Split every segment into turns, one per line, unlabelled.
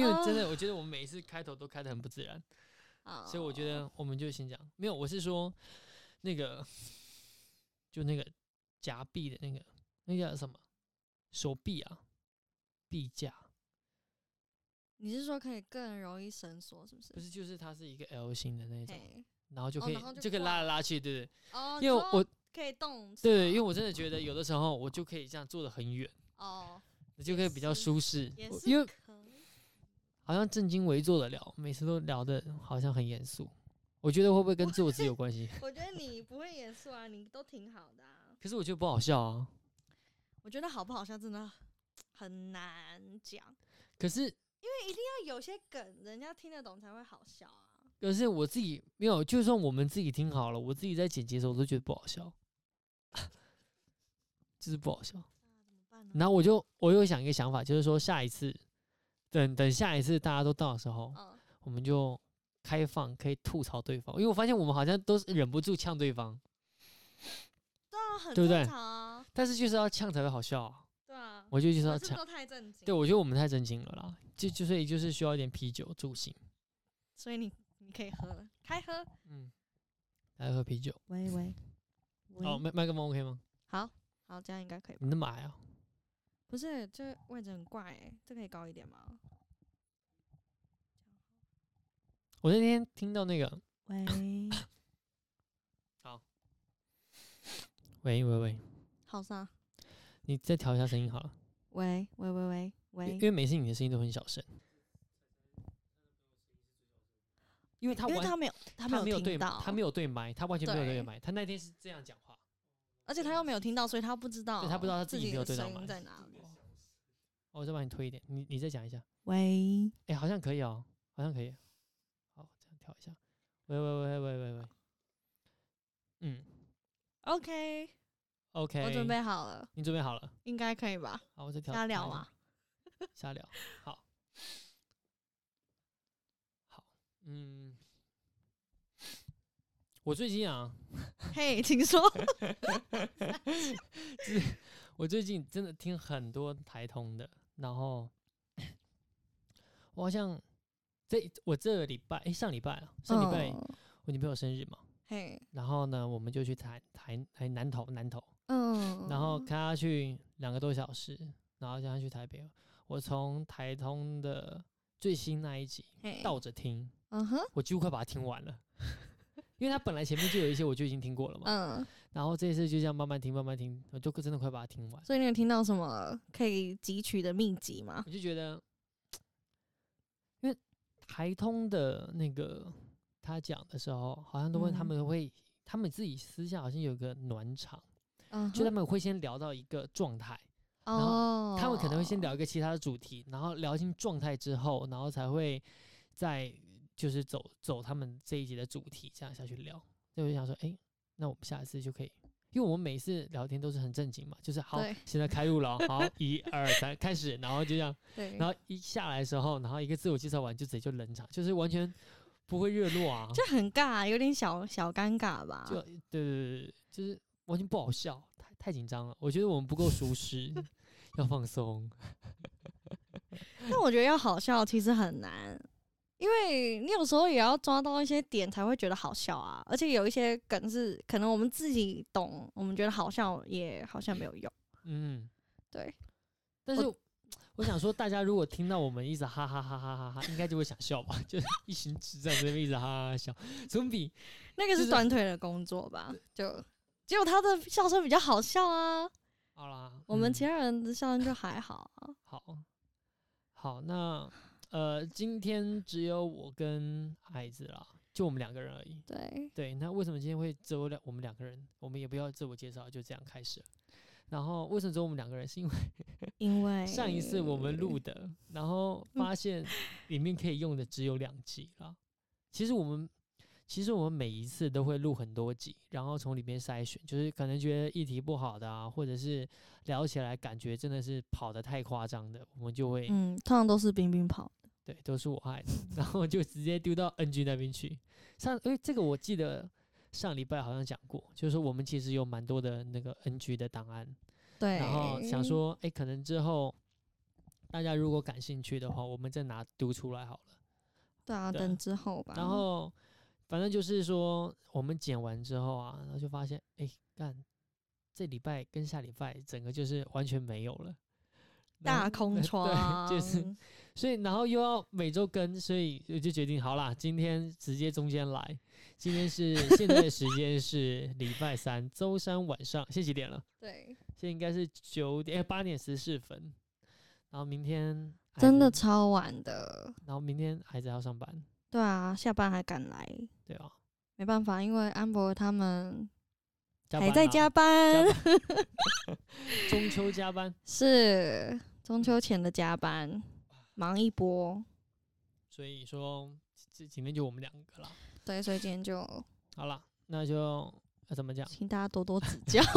因为
啊
真的，我觉得我们每一次开头都开的很不自然，
哦
所以我觉得我们就先讲。没有，我是说那个，就那个夹臂的那个，那叫什么？手臂啊，臂架，
你是说可以更容易伸缩，是不是？
不是，就是它是一个 L 型的那种，
嘿
然后就
哦
可以、
然后就
可以
挂
拉来拉去，对不对？
哦，
因为
你说哦
我
可以动是吗，
对对，因为我真的觉得有的时候我就可以这样坐的很远，
哦，
你就可以比较
也是
舒适
也。
我
是
因为
可以
好像正襟危坐的聊，每次都聊的好像很严肃。我觉得会不会跟坐姿有关系？
我觉得你不会严肃啊，你都挺好的啊。
可是我觉得不好笑啊。
我觉得好不好笑真的很难讲，
可是
要有些梗人家听得懂才会好笑啊。
可是我自己没有，就算我们自己听好了，我自己在剪辑的时候我都觉得不好笑， 就是不好笑。
怎么办呢？
然后我就我又想一个想法，就是说下一次，等等下一次大家都到的时候，
嗯，
我们就开放可以吐槽对方，因为我发现我们好像都是忍不住呛对方，
对啊，很
对不对
正常啊，
但是就是要呛才会好笑、啊。
对啊。
我觉得就是
我
要
们是不是
呛，
都太震惊？
对我觉得我们太震惊了啦，就就所以就是需要一点啤酒助兴，
所以你你可以喝了，开喝。
嗯，来喝啤酒。
喂喂，喂
哦，麦麦克风 OK 吗？
好好，这样应该可以吧。
你那么矮啊？
不是，这位置很怪、欸，这可以高一点吗？
我那天听到那个
喂，
喂喂喂，
好上，
你再调一下声音好了，
喂喂喂喂
因为因
喂，
为每次你的声音都很小声，因为他
因为
完
他没有他
他
没有
对
听到，
他没
有，
有对麦，他完全没有对
对
麦，他那天是这样讲话，
而且他又没有听到，所以他不知道，
对他不知道他自
哦自
己没有
的
对到
声
麦
音在哪里。
哦我再帮你推一点，你你再讲一下，
喂，
哎、好像可以哦，好像可以，好，这样调一下，喂喂喂喂喂喂，嗯
OK，
，OK，
我准，备好了，
你准备好了，
应该可以吧？
好，我再调，
瞎
调
聊啊
一下
嘛，
瞎聊，好，好，嗯，我最近啊，
嘿， 请说。
我最近真的听很多台通的，然后我好像这我这个礼拜，诶，上礼拜啊，上礼拜
嗯
我女朋友生日嘛，
嘿，
然后呢，我们就去台台台南投南投，
嗯，
然后开她去两个多小时，然后叫她去台北，我从台通的最新那一集
嘿
倒着听，
嗯哼，
我几乎快把它听完了， 因为它本来前面就有一些我就已经听过了嘛，
嗯，
然后这一次就这样慢慢听慢慢听，我就真的快把它听完。
所以你有听到什么可以汲取的秘籍吗？
我就觉得，因为台通的那个他讲的时候，好像都会他
嗯
们会、他们自己私下好像有个暖场，
嗯哼，
就他们会先聊到一个状态，后
哦，
他们可能会先聊一个其他的主题，然后聊进状态之后，然后才会再就是走走他们这一集的主题，这样下去聊。所以我就想说，哎、那我们下一次就可以。因为我们每次聊天都是很正经嘛，就是好
对，
现在开录了哦，好，一二三，开始，然后就这样，
对，
然后一下来的时候，然后一个自我介绍完就直接就冷场，就是完全不会热络啊，
就很尬，有点小小尴尬吧。
就对对对对，就是完全不好笑，太太紧张了。我觉得我们不够熟 识，要放松。
但我觉得要好笑其实很难，因为你有时候也要抓到一些点才会觉得好笑啊。而且有一些梗是可能我们自己懂，我们觉得好笑也好像没有用。
嗯，
对。
但是我想说，大家如果听到我们一直哈哈哈哈哈哈，应该就会想笑吧？就是一群智障在那边一直哈哈哈笑，总比
那个
就是是
短腿的工作吧？就只有他的笑声比较好笑啊，
好啦。
我们
嗯
其他人的笑声就还好啊。
好，好，那呃，今天只有我跟孩子啦，就我们两个人而已。
对，
对，那为什么今天会只有两我们两个人？我们也不要自我介绍，就这样开始了。然后为什么只有我们两个人？是因为
因为
上一次我们录的，然后发现里面可以用的只有两集了。其实我们其实我们每一次都会录很多集，然后从里面筛选，就是可能觉得议题不好的啊，或者是聊起来感觉真的是跑得太夸张的，我们就会、
嗯，通常都是冰冰跑。
对，都是我害的，然后就直接丢到 NG 那边去。上，因为这个我记得上礼拜好像讲过，就是说我们其实有蛮多的那个 NG 的档案，
对，
然后想说，哎、可能之后大家如果感兴趣的话，我们再拿读出来好了。
对啊，
对
等之后吧。
然后反正就是说，我们剪完之后啊，然后就发现，哎、干，这礼拜跟下礼拜整个就是完全没有了，然后
大空 窗，
对，就是所以然后又要每周更，所以我就决定好啦，今天直接中间来。今天是现在的时间是礼拜三，周三晚上，现在几点了？
对，
现在应该是九点八、8点哎十四分。然后明天孩
真的
子，
超晚的。
然后明天孩子还要上班，
对啊，下班还赶来，
对啊，
没办法，因为安博他们
加
还
班
在
啊
加班，
加班，中秋加班，
是中
嗯
秋前的加班，忙一波。
所以说这今天就我们两个啦。
对，所以今天就
好啦，那就要怎么讲？
请大家多多指教。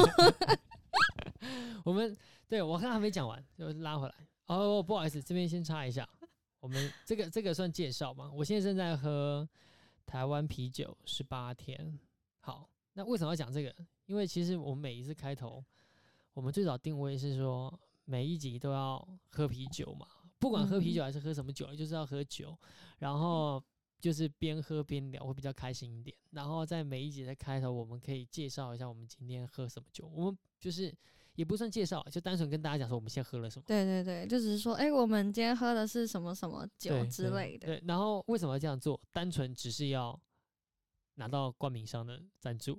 我们对我刚刚还没讲完，就拉回来。哦，不好意思，这边先插一下，我们这个这个算介绍吗？我现在正在喝台湾啤酒十八天。好，那为什么要讲这个？因为其实我们每一次开头，我们最早定位是说每一集都要喝啤酒嘛，不管喝啤酒还是喝什么酒，就是要喝酒，然后。就是边喝边聊会比较开心一点，然后在每一集的开头，我们可以介绍一下我们今天喝什么酒。我们就是也不算介绍，就单纯跟大家讲说我们现在喝了什么
对对对，就只是说，哎、我们今天喝的是什么什么酒
对
之类的。
对，然后为什么要这样做？单纯只是要拿到冠名商的赞助，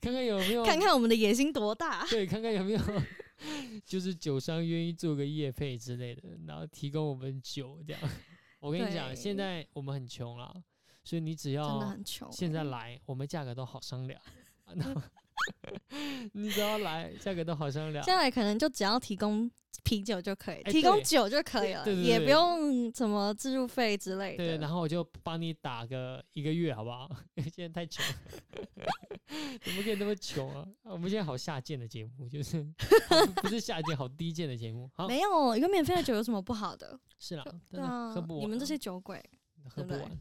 看看有没有，
看看我们的野心多大。
对，看看有没有，就是酒商愿意做个业配之类的，然后提供我们酒这样。我跟你讲，现
对
在我们很穷啊，所以你只
真的
要
很穷欸、
哦现在来，我们价格都好商量。 啊然后你只要来，价格都好商量。
现在可能就只要提供啤酒就可以，
哎
提供
对
酒就可以了，
对对对
也不用什么置入费之类
对，
的。
然后我就帮你打个一个月，好不好？ 因为现在太穷了， 怎么可以那么穷啊？我们现在好下贱的节目，就是 不是下贱，好低贱的节目。好，
没有一个免费的酒有什么不好的？
是啦，
对
真的
啊
喝不，完啊。啊
你们这些酒鬼，
喝
对
不
不对
完，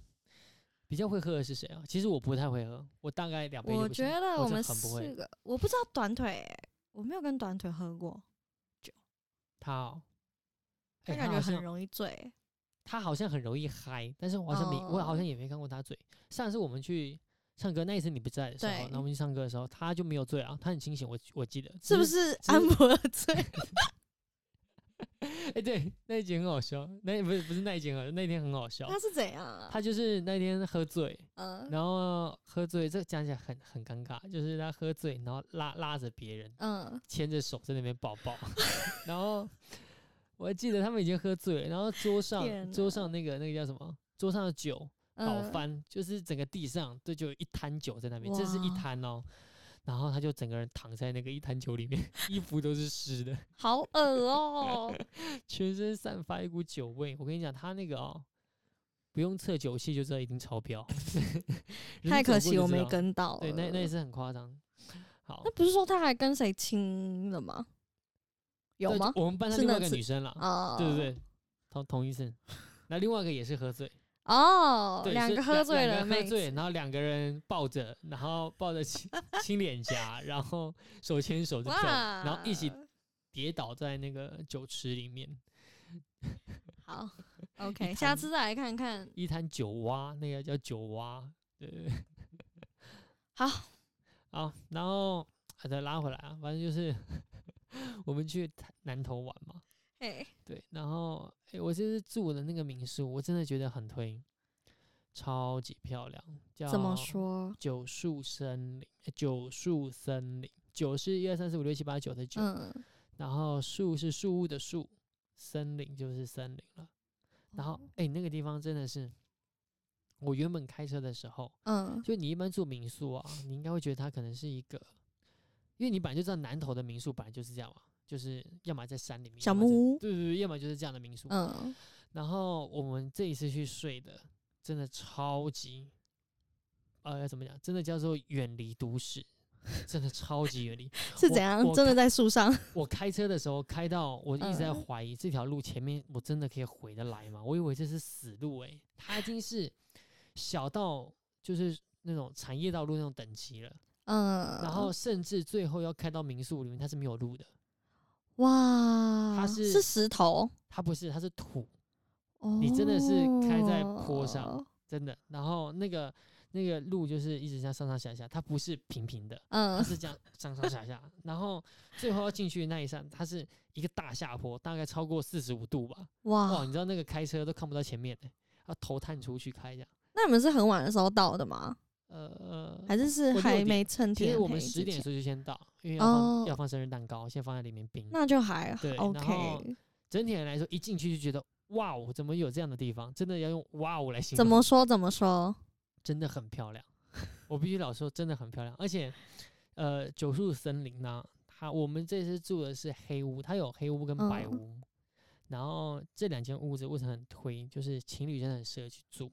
比较会喝的是谁啊？其实我不太会喝，我大概两杯就
我
不
觉
行。
得
我
我
真
们
很不
四
会
个，我不知道短腿欸、我没有跟短腿喝过，
他哦，
他
哎
感
他
觉
好
很
像
容易醉欸、
他好像很容易嗨，但是我好像没，我好像
哦
也没看过他醉。上次我们去。唱歌那一次你不在的时候，
对
然后我们去唱歌的时候，他就没有醉啊，他很清醒，我我记得
是不
只
是
只
安
是
博的醉？
哎、对，那一集很好笑，那不是不是那一集很好笑，那一天很好笑。
他是怎样啊？
他就是那天喝醉，
嗯
然后喝醉，这讲起来很很尴尬，就是他喝醉，然后拉拉着别人，
嗯，
牵着手在那边抱 抱，然后我还记得他们已经喝醉了，然后桌上
天
桌
哪
上那个那个叫什么？桌上的酒倒
嗯
翻，就是整个地上对，就有一滩酒在那边，这是一
哇
滩哦。然后他就整个人躺在那个一滩酒里面， 衣服都是湿的。
好 恶哦、
全身散发一股酒味。我跟你讲，他那个哦，不用测酒气就知道一定超 标，人
太
走
可
过
惜
就
我
知
没
道。
跟到了。
对，那那也是很夸张。好
那，不是说他还跟谁亲了吗？有
这
吗？
我们班上
是
另外
那
一个
次
女生啦，
啊，
对对对，同同一 次。那另外一个也是喝醉，
哦，
对，
两
是
个喝醉
两
了，
个喝
妹
醉，
子
然后两个人抱着，然后抱着亲 亲脸颊，然后手牵手就跳舞，
哇，
然后一 起跌倒在那个酒池里面，
好
一
，OK，
摊
下次再来看看。
一滩酒蛙，那个叫酒蛙，对对对。
好，
好，然后啊再拉回来啊，反正就是 我们去台南头玩嘛，
哎，
对，然后诶、我这次住的那个民宿，我真的觉得很推，超级漂亮。叫
怎么？说？
九树森林，诶九树森林，九是一二三四五六七八九的九，
嗯，
然后树是树屋的树，森林就是森林了。然
哦
后诶、那个地方真的是，我原本开车的时候，
嗯，
就你一般住民宿啊，你应该会觉得它可能是一个，因为你本来就知道南投的民宿本来就是这样嘛，就是要么在山里面，
小
要么在
木屋
对对对，要么就是这样的民宿。
嗯，
然后我们这一次去睡的，真的超级，呃，要怎么讲？真的叫做远离都市，真的超级远离。
是
我
怎样
我？
真的
看
在 树上？
我开车的时候开到，我一直在
嗯
怀疑这条路前面我真的可以回得来吗？我以为这是死路诶、它已经是小到就是那种产业道路那种等级了。
嗯，
然后甚至最后要开到民宿里面，它是没有路的，
哇，
是
是石头，
它不是，它是土，
哦
你真的是开在坡上，真的。然后那个那个路就是一直这样上上下下，它不是平平的，它
嗯，
是这样上上下下。然后最后要进去那一扇，它是一个大下坡，大概超过四十五度吧。哇，
哇，
你知道那个开车都看不到前面的、欸要头探出去开这样。
那你们是很晚的时候到的吗？
呃
还
呃，
是是
我六
还
点
没趁
其
天
实我
黑
们
之
十点的
前
时候就先到，因为要放、
哦
要放生日蛋糕，先放在里面冰。
那就还
对然后
OK。
整体来说，一进去就觉得哇哦，怎么有这样的地方？真的要用哇哦来形容。
怎么说？怎么说？
真的很漂亮， 我必须老实说，真的很漂亮。而且，呃，九树森林呢、它我们这次住的是黑屋，它有黑屋跟白
嗯
屋。然后这两间屋子为什么很推？就是情侣真的很适合去住，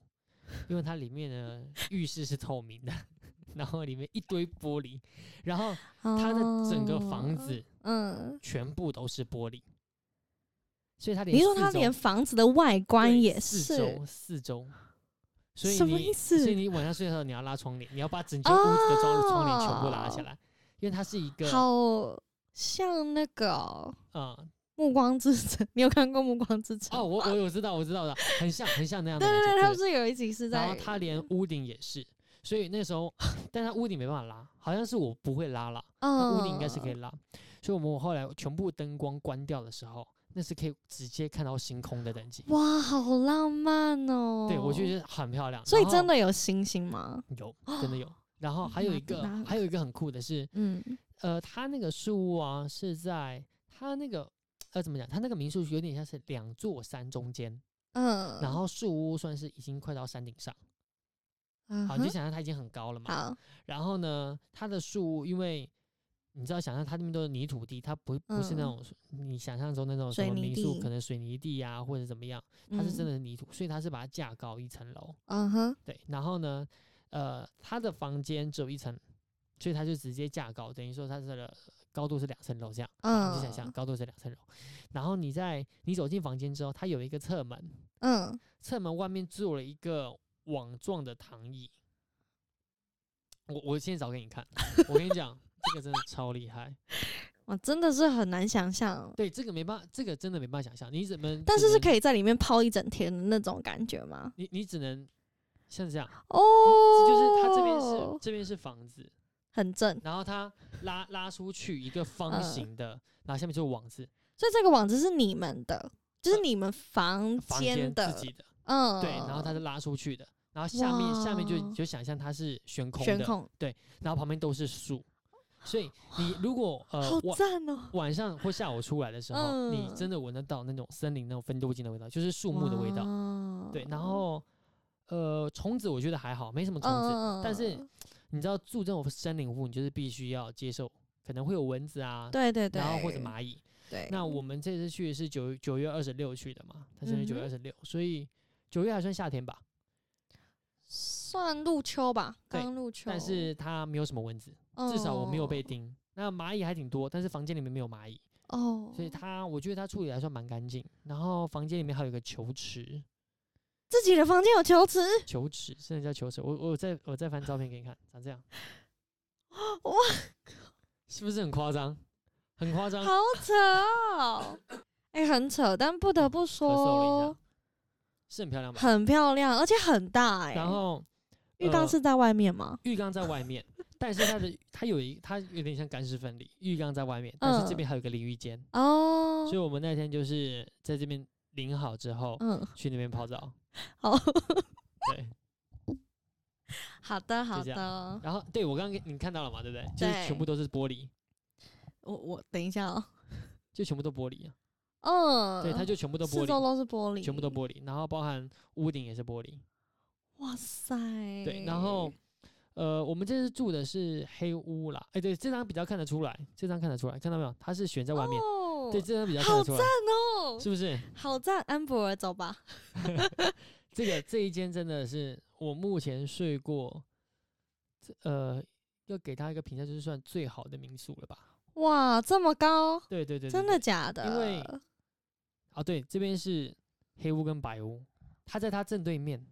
因为它里面的浴室是透明的， 然后里面一堆玻璃，然后它的整个房
哦，
子
嗯，
全部都是玻璃，所以它连
你是说
四
它
周
连房子的外观
对
也
四
是
周四周，所以
什
你
么意
所
思
以你晚上睡的时候你要拉窗帘，你要把整间屋子的窗窗帘全部拉下
哦
来，因为它是一个
好像那个哦
嗯
暮光之城》，你有看过《暮光之城》
哦，我
吗
我有知道我知道的，很像很像那样的
对
感
对对，
觉。
他
对
不是有一集是
嗯然
在
后它连屋顶也是，所以那时候但它屋顶没办法拉，好像是我不会拉啦，那屋顶应该是可以
嗯
拉，所以我们后来全部灯光关掉的时候，那是可以直接看到星空的等级。
哇，好浪漫哦！
对，我觉得很漂亮。
所以
然后
真的有星星吗？
有，真的有。然后还有一
那
个
那，
还有一个很酷的是，
嗯，
呃，它那个树屋啊，是在它那个呃怎么讲？它那个民宿有点像是两座山中间，
嗯，
然后树屋算是已经快到山顶上，
嗯
好，你就
哼
想象它已经很高了嘛。
好，
然后呢，它的树屋因为你知道，想象它那边都是泥土地，它不不是那
嗯
种、你想象中那种什
水
么
泥
民宿，
地
可能水泥地啊或者怎么样，它是真的是泥土，所以它是把它架高一层楼。
嗯嗯，嗯哼，
对，然后呢，呃，他的房间只有一层，所以他就直接架高，等于说他的高度是两层楼这样。你就想象
嗯
高度是两层楼，然后你在你走进房间之后，它有一个侧门，
嗯，
侧门外面做了一个网状的躺椅。我我先找给 你看，我跟你讲，这个真的超厉害。
我真的是很难想象，
对，这个没办法，这个真的没办法想象，你怎么？
但是是
以，
可以在里面泡一整天的那种感觉吗？
你你只能像这样，
哦，
嗯就是它这边是这边是房子，
很正，
然后它拉拉出去一个方
嗯
形的，然后下面就是网子，
所以这个网子是你们的，就是
呃
你们房
房间
间的，
自己的，
嗯，
对，然后它是拉出去的，然后下面下面就
哇
就想象它是悬空
悬
的，
空，
然后旁边都是树，所以你如果呃
好
晚
赞哦，
晚上或下午出来的时候，你
嗯
真的闻得到那种森林那种芬多精的味道，就是树木的味道，
道
对，然后呃虫子我觉得还好，没
嗯
什么虫子，但是你知道住这种森林屋，你就是必须要接受可能会有蚊子啊，
对对对，
然后或者蚂蚁。
对，
那我们这次去是九九月二十六去的嘛，他生日九月二
嗯
十六，所以九月还算夏天吧，
算入秋吧，
对
刚嗯入秋，
但是它没有什么蚊子，至少我没有被叮。那蚂蚁还挺多，但是房间里面没有蚂蚁，
哦，
所以它我觉得它处理还算蛮干净。然后房间里面还有一个球池，
自己的房间有球池，
球池真的叫球池，我我再我再翻照片给你看，长这样，
哇，
是不是很夸张？很夸张，
好扯哦，哎、很扯，但不得不
哦咳嗽了一
说
下，，是很漂亮吧？
很漂亮，而且很大哎、
然后
浴缸
呃
是在外面吗？
浴缸在外面， 但是它的它有一它有点像干湿分离，浴缸在外面，但是这
嗯
边还有个淋浴间，
哦
所以，我们那天就是在这边淋好之后、
嗯，
去那边泡澡，
好，
对，
好的，好
这样
的，
然后对我 刚刚给你看到了嘛，对不对？就是全部
对
都是玻璃，
我我等一下哦，
就全部都玻璃啊，
嗯，
对，它就全部都玻
四周
璃，
都是玻璃，
全部都玻璃，然后包含屋顶也是玻璃，
哇塞，嗯
对，然后。呃，我们这次住的是黑屋啦，哎、对，这张比较看得出来，这张看得出来，看到没有？它是悬在外面，
哦
对，这张比较看
好
得出
赞
来，
哦，
是不是？
好赞，安博尔，走吧，
这个这一间真的是我目前睡过，这呃，要给他一个评价，就是算最好的民宿了吧？
哇，这么高，
对对对对
真的
对
假的？
因为啊，对，这边是黑屋跟白屋，它在它正对面，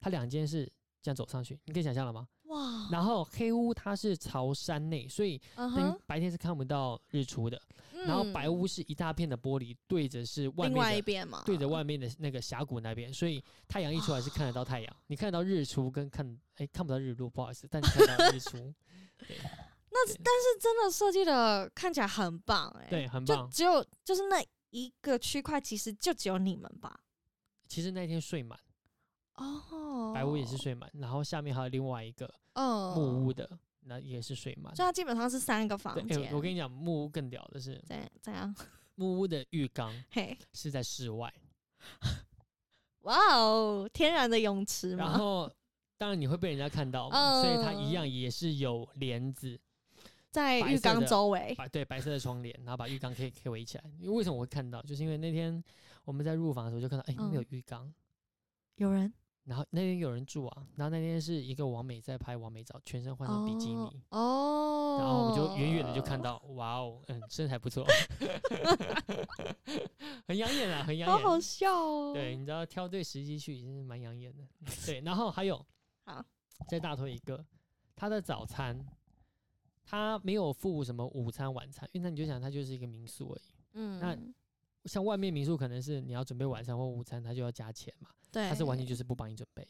它两间是这样走上去，你可以想象了吗？
哇，
然后黑屋它是朝山内，所以
嗯
等于
哼，嗯
白天是看不到日出的，然后白屋是一大片的玻璃，对着是外
另外一
面的，
边嘛，
对着外面的那个峡谷那边，所以太阳一出来是看得到太
啊
阳，你看得到日出跟看哎、看不到日落，不好意思，但你看得到日出，
是真的设计的看起来很棒 哎、
对，很
就
棒。
只有就是那一个区块，其实就只有你们吧。
其实那天睡满，
哦，
白屋也是，睡满，然后下面还有另外一个
嗯，
木屋的，那也是睡满
所以。它基本上是三个房
对，
间、
哎我跟你讲，木屋更屌的是，
怎怎 样？
木屋的浴缸
嘿，
是在室外，
哇哦，天然的泳池
然
嘛，
后当然你会被人家看到嘛，所以它一
嗯
样也是有帘子，
在
白
浴
色
缸
的
周围。
白对白色的窗帘，然后把浴缸可以可以围起来。因为为什么我会看到？就是因为那天我们在入房的时候就看到，哎、那边有
嗯
浴缸，
有人
然后那边有人住啊，然后那天是一个王美在拍王美照，全身换上比基尼。
哦，哦
然后我们就远远的就看，到，哇哦，嗯，身材不错， 很养眼啊，很养
好
眼。
好笑哦。
对，，你知道挑对时机去已经是蛮养眼的。对，然后还有
好，
再大推一个，他的早餐，他没有付什么午餐晚餐，因为那你就想他就是一个民宿而已。
嗯，
像外面民宿可能是你要准备晚餐或午餐，他就要加钱嘛，
对，
他是完全就是不帮你准备。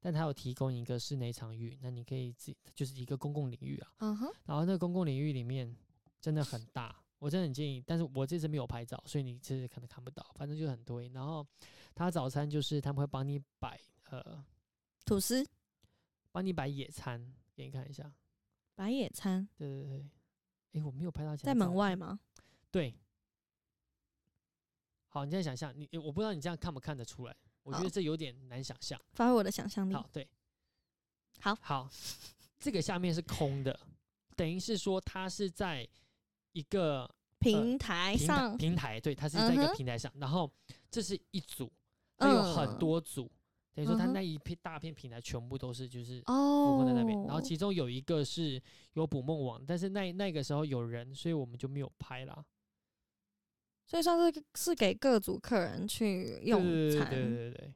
但他有提供一个室内场域，那你可以自己就是一个公共领域啊。
嗯哼，
然后那个公共领域里面真的很大，我真的很建议。但是我这次没有拍照，所以你这次可能看不到，反正就很多。然后他早餐就是他们会帮你摆呃，
吐司
帮你摆野餐给你看一下。
白野餐
对对对，诶，我没有拍到其他
在门
照
外
片。
吗？
对。好，你现在想象，你我不知道你这样看不看得出来，我觉
好
得这有点难想象。
发挥我的想象力。
好，对，
好
好，这个下面是空的，等于是说它是在一个
平台
呃平台
上，
平台，对，它是在一
嗯
个
哼
平台上，然后这是一组，它有很
嗯
多组，等于说它
嗯哼
那一片大片平台全部都是就是
哦
浮，空在那边，然后其中有一个是有捕梦网，但是那那个时候有人，所以我们就没有拍啦。
所以算是是给各组客人去
对
用
对对
餐。
对对对，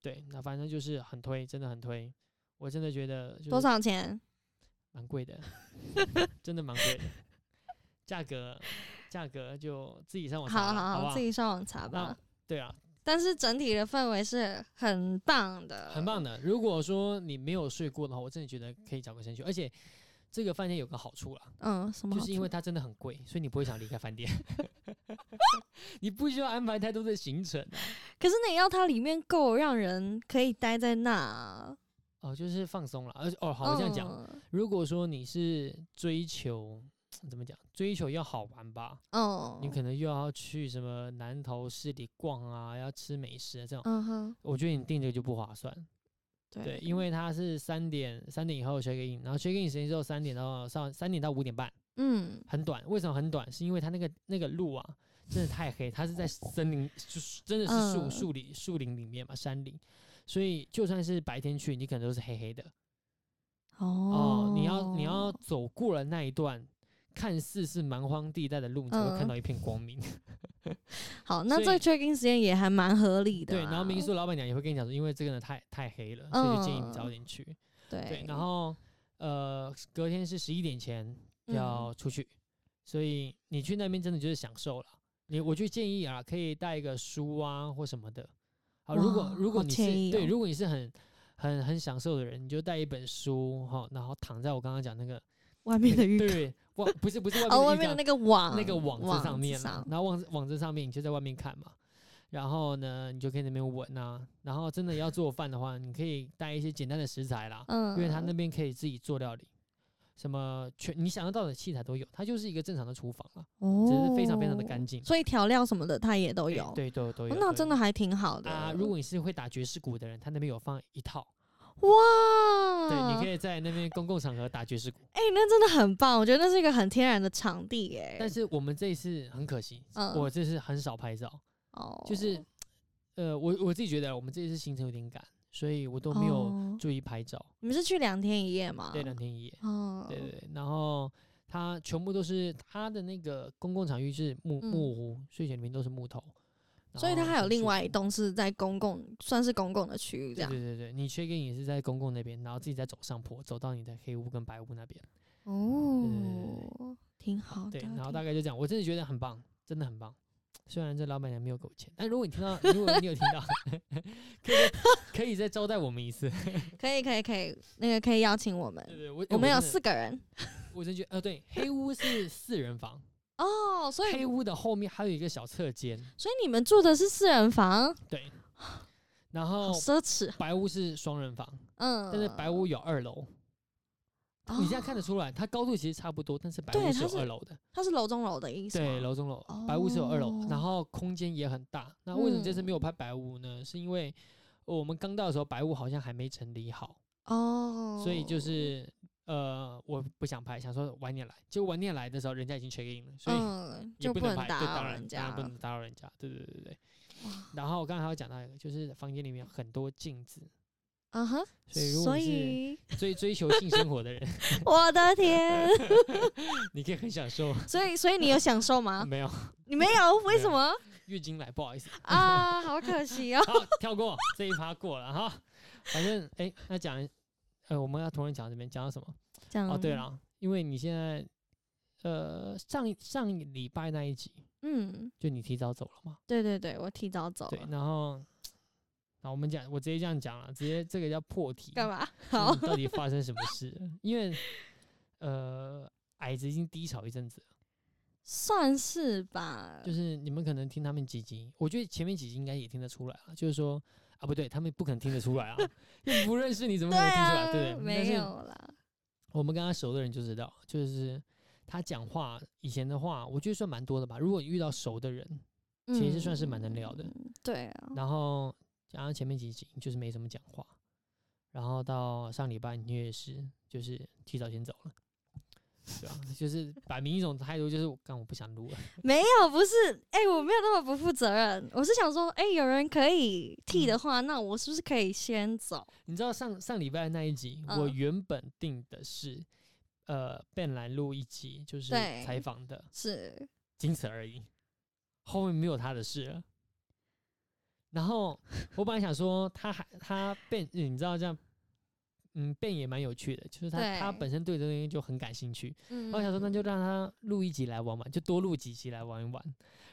对，那反正就是很推，真的很推，我真的觉得就
多
是
少钱？
蛮贵的，真的蛮贵的，价格价格就自己上网查
好
啦，好
好
不
好，
好
自己上网查
那
吧。
对啊，
但是整体的氛围是很棒的，
很棒的。如果说你没有睡过的话，我真的觉得可以找个先去。而且这个饭店有个好处啦，
嗯，什么
就
好处？
是因为它真的很贵，所以你不会想离开饭 店， 你不需要安排太多的行程啊、
可是你要它里面够让人可以待在那。
哦，就是放松了。而且哦，好，我这样讲，
嗯，
如果说你是追求。怎么讲？追求要好玩吧，
嗯，
你可能又要去什么南头市里逛啊，要吃美食啊这种，
嗯哼，
我觉得你订这个就不划算。
对
对，因为它是三点三点以后 check in，然后 check in 时间之后三点到上三点到五点半，
嗯，
很短。为什么很短？是因为它那个那个路啊，真的太黑，它是在森林，就是真的是树
嗯
树林树林里面嘛，山林。所以就算是白天去，你可能都是黑黑的
哦
哦。你要你要走过了那一段，看似是蛮荒地带的路，你才会看
嗯
到一片光明。
好，那
所
这个
以
check in 时间也还蛮合理的啊
对，
啦。
然后民宿老板娘也会跟你讲说，因为这个呢太太黑了，所以就建议你早
嗯
点去。对
对，，嗯
然后呃，隔天是十一点前要
嗯
出去，所以你去那边真的就是享受了。你我就建议啊，可以带一个书啊或什么的。好，如果
哇
如果
好
你是、
惬意
对，
哦
如果你是很很很享受的人，你就带一本书哈，然后躺在我刚刚讲那个
外面的浴缸，
对网不是不是
哦，
外
外
面的浴缸
面的那个网，
那个网子上面啊
上
嘛，然后网子网子上面你就在外面看嘛，然后呢你就可以在那边闻啊，然后真的要做饭的话，你可以带一些简单的食材啦，
嗯，
因为他那边可以自己做料理，什么全你想得到的器材都有，它就是一个正常的厨房了，
哦
只是非常非常的干净。
所以调料什么的它也都
对
有，
对都有都有。
哦那
都
真
有
的还挺好的
啊，如果你是会打爵士鼓的人，他那边有放一套，
哇，
对，你可以在那边公共场合打爵士鼓。
哎、那真的很棒，我觉得那是一个很天然的场地耶、
但是我们这一次很可惜，
嗯
我这次很少拍照，
哦，
就是呃，我我自己觉得我们这一次行程有点赶，所以我都没有
哦嗯
注意拍照。
你们是去两天一夜吗？
对，两天一夜，
哦，
对对对，然后它全部都是它的那个公共场域是木、
嗯
木屋，睡前里面都是木头，然
所以它
后
还有
进
另
去
外一栋是在公共，算是公共的区域这
对
样。
对对对，你 check in 也是在公共那边，然后自己再走上坡，走到你的黑屋跟白屋那边。对对
哦
对，
挺好的。
对，然后大
概
概就这样，我真的觉得很棒，真的很棒。虽然这老板娘没有给我钱，但如果你听 到，如果你有听到，可以再可以再招待我们一 次。
可以，可以，可以，那个可以邀请我们，
对对，我
我们有，
哎
四个人
我真的我真觉得，呃，对，黑屋是四人房，
哦，所以
黑屋的后面还有一个小侧间，
所以你们住的是四人房，
对，然
好
后
奢侈。
白屋是双人房，
嗯，
但是白屋有二楼，
哦，
你这样看得出来，它高度其实差不多，但是白
对
屋
它
是有
是
二楼的，
它是楼中楼的意思
对，
吗，
楼中楼，白屋是有二楼，
哦
然后空间也很大。那为什么这次
嗯
没有拍白屋呢？是因为呃我们刚到的时候，白屋好像还没整理好，
哦，
所以就是呃，我不想拍，想说晚点来。结果晚点来的时候，人家已经 check in 了，所以
嗯，
也
就
不能
能
拍，
打
对，当
扰
然
人
当然
家
不，能打扰人家，对对对对对。然后我刚才还有讲到一个，就是房间里面有很多镜子，
嗯哼，
所以如果
所
你
以
是追追求性生活的人，
我的天，
你可以很享受。
所以所以你有享受吗？
嗯没有
你没有，为什么
月经来，不好意思，
啊？好可惜哦。
好，跳过这一趴过了哈。反正哎、那讲，呃，我们要同人讲这边讲到什么？
这样
哦，对，了，因为你现在，呃，上一上一礼拜那一集
嗯，
就你提早走了嘛？
对对对，我提早走
对
了，，
然后，那我们讲，我直接这样讲了，直接这个叫破题，
干嘛？
就是
好
你，到底发生什么事了？因为，呃， 矮子已经低潮一阵子了，
算是吧，
就是你们可能听他们几集，我觉得前面几集应该也听得出来了，就是说。啊，不对，他们不可能听得出来 啊，又不认识你，怎么可能听出来？对
啊，
不对？但
没
是
有啦，
我们跟他熟的人就知道，就是他讲话以前的话，我觉得算蛮多的吧。如果你遇到熟的人，其实算是蛮能聊的
嗯。对啊，
然后加上前面几集就是没什么讲话，然后到上礼拜你也是，就是提早先走了，对啊， 就是摆明一种态度，就是我干我不想录了。
没有，不是，哎、我没有那么不负责任，我是想说，哎、有人可以
嗯
替的话，那我是不是可以先走？
你知道上上礼拜那一集，我
嗯
原本定的是。呃，Ben 来录一集就是
对
采访的，
是，
仅此而已，后面没有他的事了。然后我本来想说，他还他变，你知道这样，嗯，变也蛮有趣的，就是他他
对
本身对这东西就很感兴趣。
嗯
我想说，那就让他录一集来玩玩，就多录几集来玩一玩。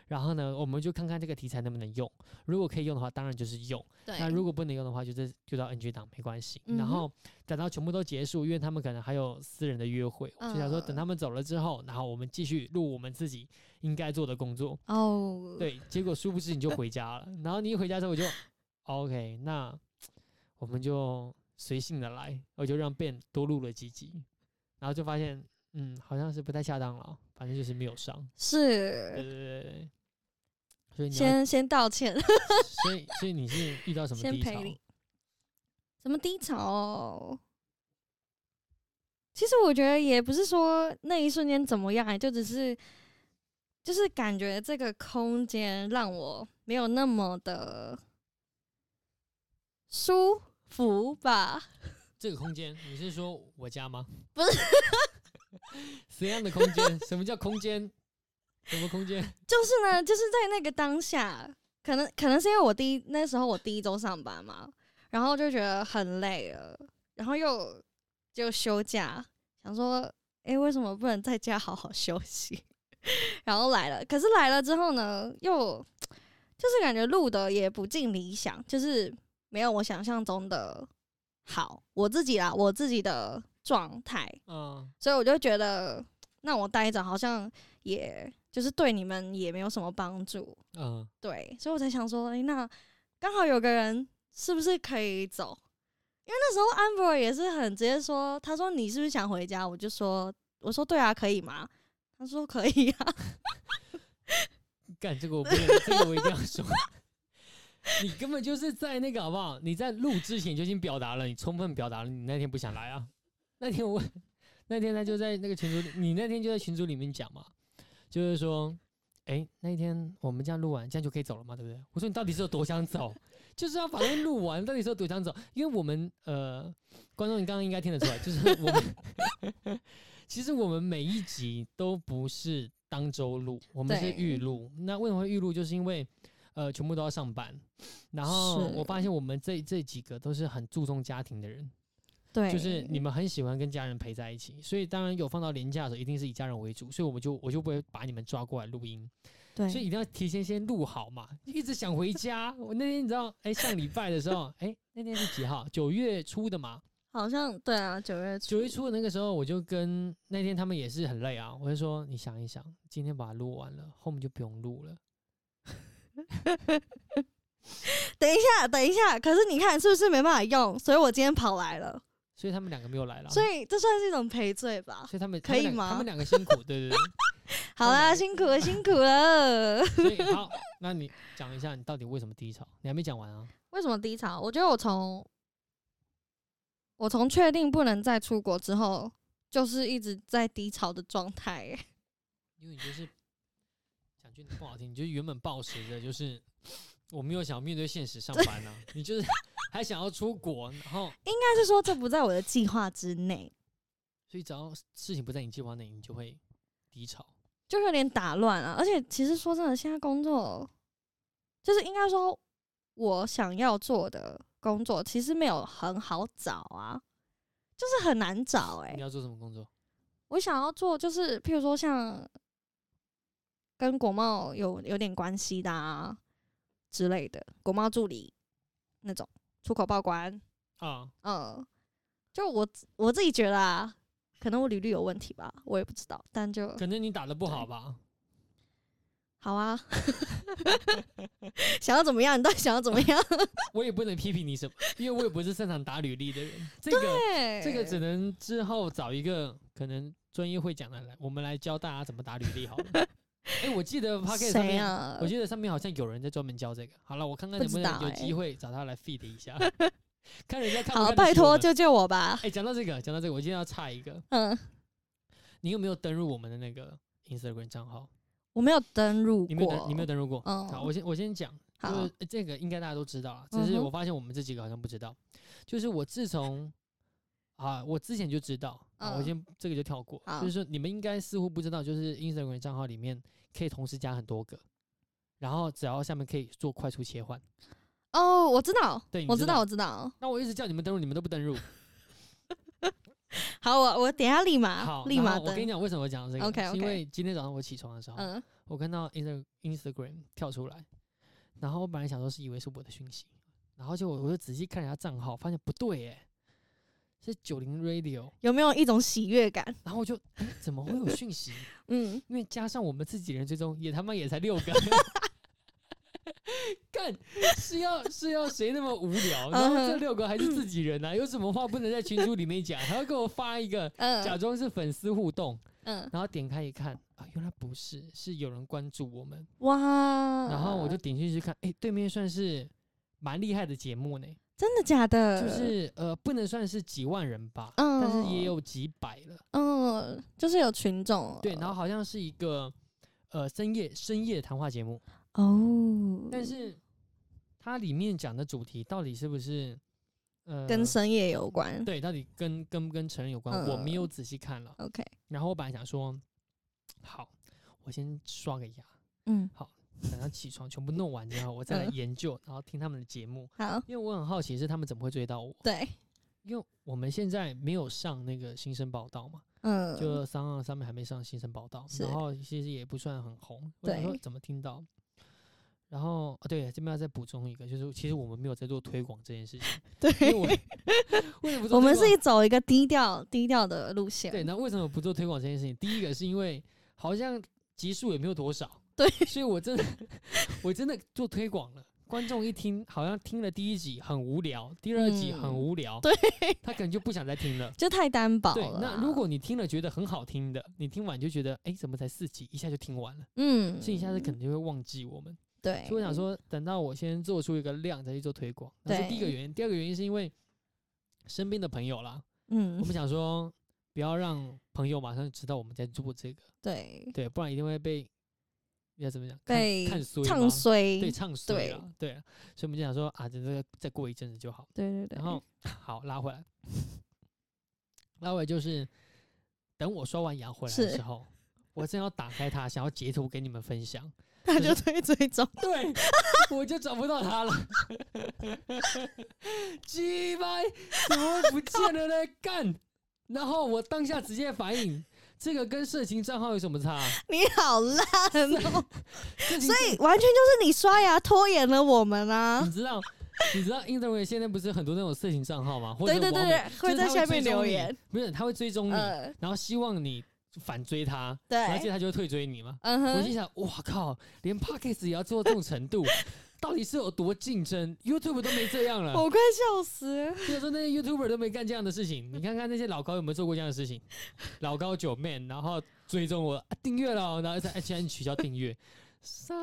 然后呢，我们就看看这个题材能不能用。如果可以用的话，当然就是用；
对，
那如果不能用的话，就是丢到 NG 档没关系。然
嗯哼
后等到全部都结束，因为他们可能还有私人的约会，我就想说等
嗯
他们走了之后，然后我们继续录我们自己应该做的工作。
哦，，
对，结果殊不知你就回家了，然后你一回家之后我就 OK，那我们就随性的来，我就让 Ben 多录了几集，然后就发现嗯好像是不太恰当了，反正就是没有上。对
是，
对对对对。所以你要，
先先道歉，
所以所以你是遇到什么
先
低
赔
潮？
礼什么低潮、哦？其实我觉得也不是说那一瞬间怎么样，欸就只是就是感觉这个空间让我没有那么的舒服吧。
这个空间，你是说我家吗？
不是，
什么样的空间？什么叫空间？什么空间？
就是呢，就是在那个当下，可能可能是因为我第一那时候我第一周上班嘛，然后就觉得很累了，然后又就休假，想说，诶，为什么不能在家好好休息？ 然后来了，可是来了之后呢，又就是感觉录的也不尽理想，就是没有我想象中的好，我自己啦，我自己的状态，
嗯，
所以我就觉得，那我待着好像也就是对你们也没有什么帮助，
嗯，
对，所以我才想说，哎、那刚好有个人是不是可以走？因为那时候安博尔也是很直接说，他说你是不是想回家？我就说，我说对啊，可以吗？他说可以啊，
干这个我不能，这个我一定要说。 你根本就是在那个好不好？你在录之前就已经表达了，你充分表达了，你那天不想来啊。 那天我，那天他就在那个群组里，你那天就在群组里面讲嘛，就是说，哎、那一天我们这样录完，这样就可以走了嘛，对不对？我说你到底是有多想走？ 就是要把它录完，到底是有多想走？因为我们呃，观众你刚刚应该听得出来，就是我们 其实我们每一集都不是当周录，我们是
对
预录。那为什么会预录？就是因为呃，全部都要上班，然后
是
我发现我们这这几个都是很注重家庭的人，
对，
就是你们很喜欢跟家人陪在一起，所以当然有放到年假的时候，一定是以家人为主，所以我们就我就不会把你们抓过来录音，
对，
所以一定要提前先录好嘛。一直想回家，我那天你知道，哎、上礼拜的时候，哎、那天是几号？九月初的嘛，
好像对啊，九月初
九月初的那个时候，我就跟那天他们也是很累啊，我就说你想一想，今天把它录完了，后面就不用录了。
等一下，等一下，可是你看是不是没办法用？所以我今天跑来了，
所以他们两个没有来了，
所以这算是一种赔罪吧？
所以他们
可以
他们两
吗
他们两个辛苦，对对对。
好啦，辛苦了，辛苦了。
所以好，那你讲一下你到底为什么低潮？你还没讲完啊？
为什么低潮？我觉得我从我从确定不能再出国之后，就是一直在低潮的状态耶。
因为你就是讲句不好听，你就是原本抱持着就是我没有想要面对现实上班 啊，你就是还想要出国，然后
应该是说这不在我的计划之内，
所以只要事情不在你计划内，你就会低潮。
就有点打乱啊。而且其实说真的，现在工作就是应该说我想要做的工作，其实没有很好找啊，就是很难找哎、
你要做什么工作？
我想要做就是，譬如说像跟国贸有有点关系的啊之类的，国贸助理那种出口报关，
啊，
嗯，就我自我自己觉得啊，可能我履历有问题吧，我也不知道，但就
可能你打的不好吧？
好啊， 想要怎么样？你到底想要怎么样？
我也不能批评你什么，因为我也不是擅长打履历的 人。这个
对，
这个只能之后找一个可能专业会讲的来，我们来教大家怎么打履历好了。 哎、我记得 p o c a s t 上
谁
面
啊
我？记得上面好像有人在专门教这个。好了，我看看
不
能不
知
能
道
有
欸
机会找他来 feed 一下， 看人家看不
好，
看得
拜
起我
托
们
救救我吧。
哎，讲、到这个，讲到这个，我今天要插一个，
嗯，
你有没有登入我们的那个 Instagram 账号？
我没有登入
你没有
过
登，，你没有登入过？
嗯
好，我先我先讲，就
好
是、呃这个应该大家都知道啊，只是
嗯哼
我发现我们这几个好像不知道。就是我自从啊，我之前就知道，啊、我
嗯
先这个就跳过。
好
就是说你们应该似乎不知道，就是 Instagram 账号里面可以同时加很多个，然后只要下面可以做快速切换。
哦，我知道，
对你
我
知
知道，
道
我知道。
那我一直叫你们登入，你们都不登入。
好，我我等一下立马
好，
啊立
然
马
后我跟你
登。
讲为什么我讲这个
OK，OK
是因为今天早上我起床的时候，
嗯，
我看到 Insta Instagram 跳出来，然后我本来想说是以为是我的讯息，然后就我我就仔细看了一下账号，发现不对哎，是九零 Radio，
有没有一种喜悦感？
然后我就、诶怎么会有讯息？
嗯，
因为加上我们自己人追踪也他妈也才六个。 干是要是要谁那么无聊？然
嗯
后这六个还是自己人啊，有什么话不能在群组里面讲？还要给我发一个假
嗯
装是粉丝互动，
嗯，
然后点开一看啊，原来不是，是有人关注我们。
哇！嗯
然后我就点进去看，哎、对面算是蛮厉害的节目呢，
真的假的？
就是呃，不能算是几万人吧，
嗯
但是也有几百了。
嗯，就是有群众
对，然后好像是一个呃深夜深夜谈话节目，
嗯哦，
但是它里面讲的主题到底是不是呃
跟嗯深夜有关。
对，到底跟跟不跟成人有关，我没有仔细看了。
OK，
然后我本来想说，好，我先刷个牙，
嗯，
等到起床全部弄完之后，我再来
嗯
研究，然后听他们的节目，
好，
因为我很好奇是他们怎么会追到我。
对，
因为我们现在没有上那个新生报道嘛，
嗯，
就三二上面还没上新生报道，
是
然后其实也不算很红。我想
对
说怎么听到？然后哦对，这边要再补充一个，就是其实我们没有在做推广这件事情，因为
对，
我为什么不做
我们
推广
是走一个低调低调的路线。
对，那为什么不做推广这件事情？第一个是因为好像集数也没有多少，
对，
所以我真的我真的做推广了。观众一听，好像听了第一集很无聊，第二集很
嗯
无聊，
对，
他可能就不想再听了。
就太单薄
对
了，啦。
那如果你听了觉得很好听的，你听完就觉得，哎、怎么才四集，一下就听完了，
嗯，
所以一下子可能就会忘记我们。
对，
所以我想说，等到我先做出一个量，再去做推广，那是第一个
对
原因。第二个原因是因为身边的朋友啦，我
嗯，
们想说不要让朋友马上知道我们在做这个，
对，
对，不然一定会被要怎么讲，看
被
看衰吗
唱衰，
对
对
唱衰了，对啊，所以我们就想说啊，这个再过一阵子就好。
对对，
然后好拉回来，拉回来就是等我刷完牙回来的
是
时候，我正要打开它，想要截图给你们分享，
他就推追踪，
对，我就找不到他了。 鸡掰，怎么会不见了呢？干！然后我当下直接反应，这个跟色情账号有什么差？
你好烂 哦！
色情
所以完全就是你刷牙拖延了我们
账
啊
你！知道，你知道 Instagram 现在不是很多那种色情账号吗？或者
对对对
网美
对，会在下面留，
就是
言，
他追踪你不是他会追踪你，
呃，
然后希望你反追他，然后接着
对，
他就会退追你嘛。
嗯
我心
哼，
想，哇靠，连 podcast 也要做到这种程度， 到底是有多竞争？YouTube 都没这样了。哦
我快笑死了，
就说那些 YouTuber 都没干这样的事情，你看看那些老高有没有做过这样的事情？老高九妹，然后追踪我、啊、订阅了哦，然后再哎现在取消订 阅，傻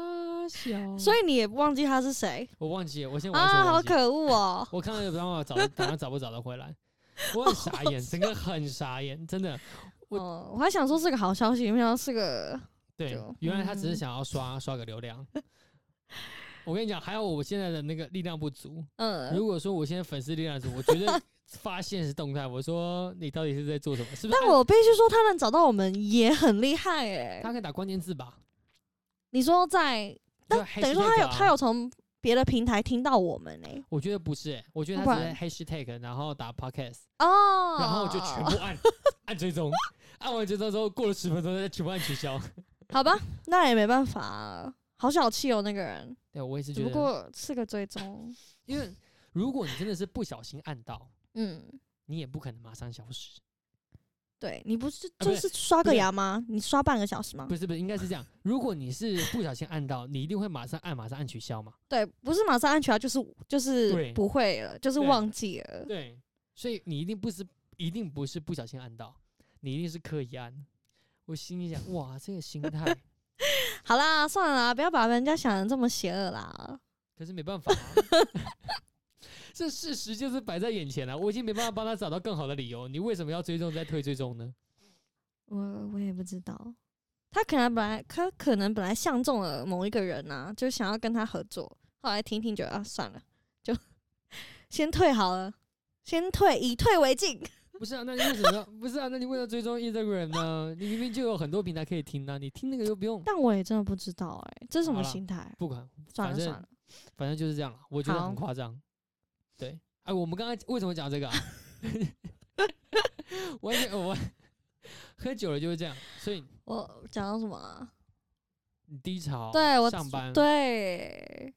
小，
所
以
以你也忘记他是谁
我忘记了，我现在完全
啊？
忘
好
记，
可恶哦！
我看到有办法找，打算找不找得回来，我很傻眼，整个很傻眼，真 的， 我
哦，我还想说是个好消息，没想到是个
对
就，
原来他只是
嗯
想要刷刷个流量。我跟你讲，还有我现在的那个力量不足，
嗯。
如果说我现在粉丝力量不足，我绝对发现实动态，我说你到底是在做什么？是不是
但
按？
我必须说，他能找到我们也很厉害哎、
他可以打关键字吧？
你说在，
就
但
是
等于说他
hashtag
有
啊
他有从别的平台听到我们哎、
我觉得不是、欸，我觉得
不
他
然
只是 hashtag，然后打 podcast，
哦，
然后就全部 按按追踪，按完追踪之后过了十分钟再全部按取消。
好吧，那也没办法啊，好小气哦那个人，
对，我也是
只
觉
不
得，
过是个追踪，
因为如果你真的是不小心按到，
嗯，
你也不可能马上消失。
对你不是
啊
就
不是
是刷
不
个
是
牙吗？你刷半个小时吗？
不是不是，应该是 这样。如果你是不小心按到，你一定会马上按，马上按取消嘛。
对，不是马上安全啊，就是就是
对
不会了，就是
对
忘记了，
对，所以你一定不是，一定不是不小心按到，你一定是刻意按。我心里想，哇，这个心态，
好啦，算了啦，不要把人家想的这么邪恶啦。
可是没办法、啊， 这事实就是摆在眼前了、我已经没办法帮他找到更好的理由。你为什么要追踪再退追踪呢？
我我也不知道，他可能本来他可能本来相中了某一个人呐、就想要跟他合作，后来听一听觉得啊算了，就先退好了，先退，以退为进。
不是啊，那你为什么要？不是啊，那你为什么追踪 Instagram 呢？你明明就有很多平台可以听啊，你听那个又不用。
但我也真的不知道哎、这是什
好
么
啦
心态？
不管，
算了
反正
算了，
反正就是这样了，我觉得很
好
夸张。对，哎，我们刚刚为什么讲这个、啊？ 完全我喝酒了就是这样，所以
我讲到什么啊、
你低潮，
对我
上班，，
对，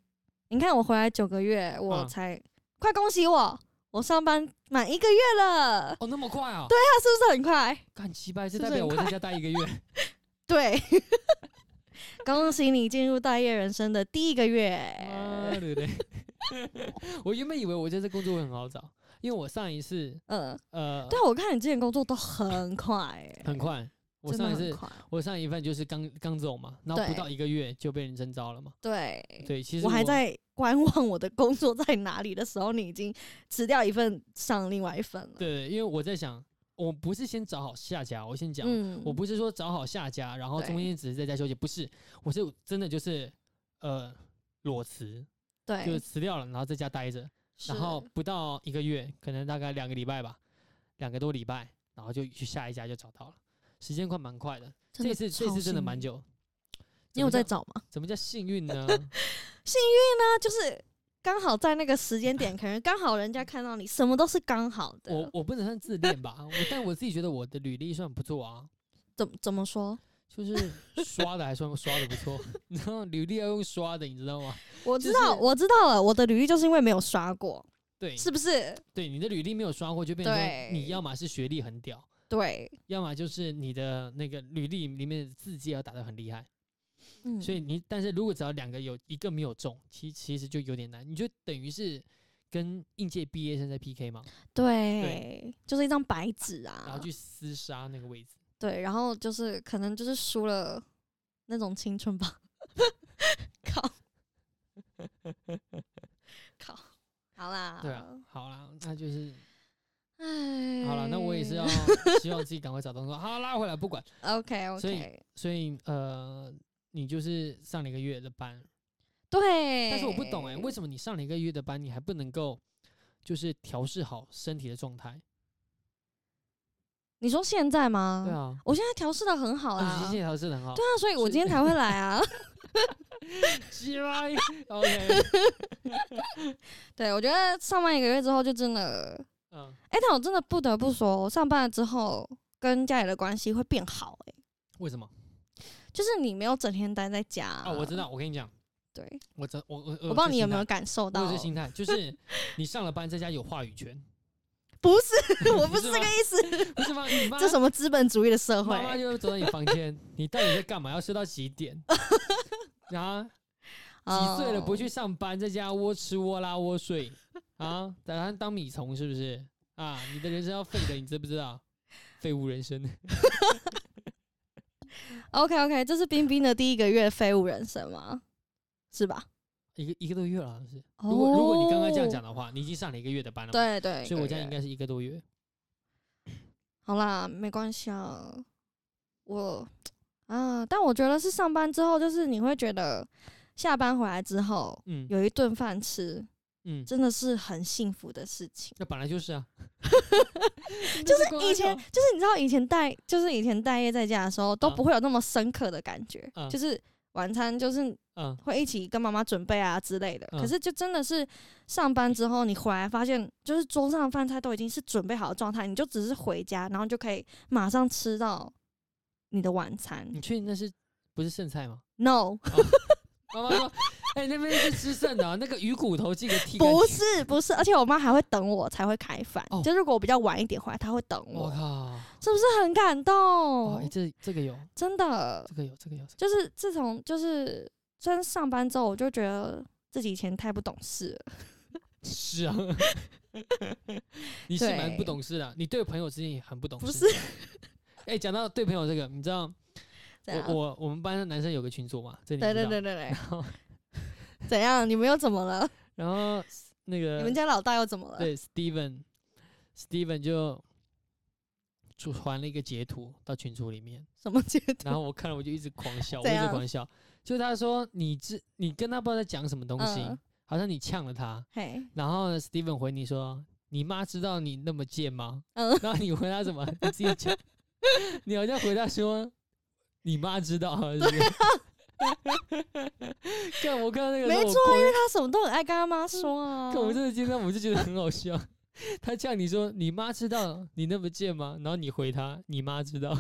你看我回来九个月，我
嗯
才、快恭喜我，我上班满一个月了，
哦，那么快啊，
那是不是很快？
干鸡掰，这
是
代
不是
表
很
我在
快
家待一个月，
对， 恭喜你进入待业人生的第一个哎
妈
月。
的嘞！啊 我原本以为我这次工作会很好找，因为我上一次
嗯，
呃
对啊，我看你之前工作都很快、欸，
很快，我
真的
上一
很
次
快。
我上一份就是刚刚走嘛，然后不
对
到一个月就被人征招了嘛，
对，
对，其实
我还在观望我的工作在哪里的时候，你已经辞掉一份上另外一份了。
对，啊因为我在想，我不是先找好下家，我先讲，
嗯
我不是说找好下家，然后中
对
间只是在家休息，不是，我是真的就是呃裸辞，就是
对，
辞掉了，然后在家待着，然
是
后不到一个月，可能大概两个礼拜吧，两个多礼拜，然后就去下一家就找到了，时间快蛮快的，这
真的
次这
超
次真的
幸
蛮
运。
久。怎
你有
么
在啊
叫
找吗？
怎么叫幸运 呢？
那就是刚好在那个时间点，可能刚好人家看到你，什么都是刚好
我
的。
我不能算自恋吧，我但我自己觉得我的履历算不错啊。
怎么怎么说？
就是刷的还算刷的不错，然后履历要用刷的，你知道吗？
我
就
知道，
是
我知道了。我的履历就是因为没有刷过，
对，
是不是？
对，你的履历没有刷过，就变成说你
对
要么是学历很屌，
对，
要么就是你的那个履历里面的字迹要打得很厉害。
嗯
所以你，但是如果只要两个有一个没有中，其其实就有点难，你就等于是跟应届毕业生在 PK 嘛，
对，就是一张白纸
然后
啊。
去厮杀那个位置。
对，然后就是可能就是输了那种青春吧。 靠， 靠，好啦。
对啊，好啦，那就是
唉。
好了，那我也
嗯
是要希望自己赶快找到工作。好，拉回来不管，
OK
所以
OK。
所以呃，你就是上了一个月的班，
对。
但是我不懂哎、为什么你上了一个月的班，你还不能够就是调试好身体的状态？
你说现在吗？
对，啊，
我现在调试的很好
啊，你
啦。
线条是得很好
嗯对。啊，所以我
是
今天才会来 啊。
鸡巴 ，OK，
对，我觉得上班一个月之后就真的，
嗯，
哎、但我真的不得不说，我上班了之后跟家里的关系会变好、欸，
为什么？
就是你没有整天待在家啊
啊，我知，道，我跟你讲，
对，
我真我我我
我
有
不知道
这
你有
心
没
态
有感受
我
到
有，这心态，就是 你上了班在家有话语权，
不是， 我不
不
是
是
这个
吗
意思，
不是吗？你妈
这什么资本主义的社会
妈？妈就会走到你房间，你到底在干嘛？要睡到几点？啊，几岁了不
哦
去上班，在家窝吃窝拉窝睡啊，打算当米虫是不是？啊，你的人生要废的，你知不知道？废物人生，
？OK OK，这是冰冰的第一个月废物人生吗？是吧？
一个一个多月了，好像是。
哦
如果如果你刚刚这样讲，的话，你已经上了一个月的班了嘛，
对对，
所以我
一个
这样
月
应该是一个多月。
好啦，没关系啊，我啊，但我觉得是上班之后，就是你会觉得下班回来之后
嗯
有一顿饭吃，
嗯，
真的是很幸福的事情。
那本来就是啊，就
就是以前，就是你知道以前待，就是以前待业在家的时候，都
啊
不会有那么深刻的感觉，
啊
就是晚餐就是
嗯
会一起跟妈妈准备啊之类的。可
嗯
是就真的是上班之后，你回来发现，就是桌上的饭菜都已经是准备好的状态，你就只是回家，然后就可以马上吃到你的晚餐。
你确定那是不是剩菜吗？
No，
妈妈说：“哎、那边是吃剩的啊、那个鱼骨头记得剔干
不
净。
是不是，而且我妈还会等我才会开饭。
哦
就如果我比较晚一点回来，她会等
我
我，
靠！
是不是很感
哦，
动？
哎这这个有，
真的
这，个有，这个有。这个
就是自从就是真上班之后，我就觉得自己以前太不懂事了。
有是啊，你是蛮不
对
懂事的啊，你对朋友之间也很不懂事。
不是，
哎、讲到对朋友这个，你知道
怎样
我我我们班的男生有个群组嘛？这你
啊对
知
对
道
对对。对，
后
怎样？你们又怎么了？
然后那个
你们家老大又怎么了？
对 Steven Steven 就就传了一个截图到群组里面。”
什么阶
然
段？
后我看了我就一直狂 笑，我
怎
一直
样
狂笑。就他说你这你跟他不知道在讲什么东西，
嗯
好像你呛了他。
嘿，
然后呢 Steven 回你说你妈知道你那么贱吗？
嗯
然后你回答什么？ 你自己讲。你好像回答说你妈知道啊。是不是 看我看到那个时候
没
我
错
狂
他什么都很爱跟他妈说啊
看。我真的今天我就觉得很好笑。他叫你说你妈知道你那么贱吗？然后你回他你妈知道，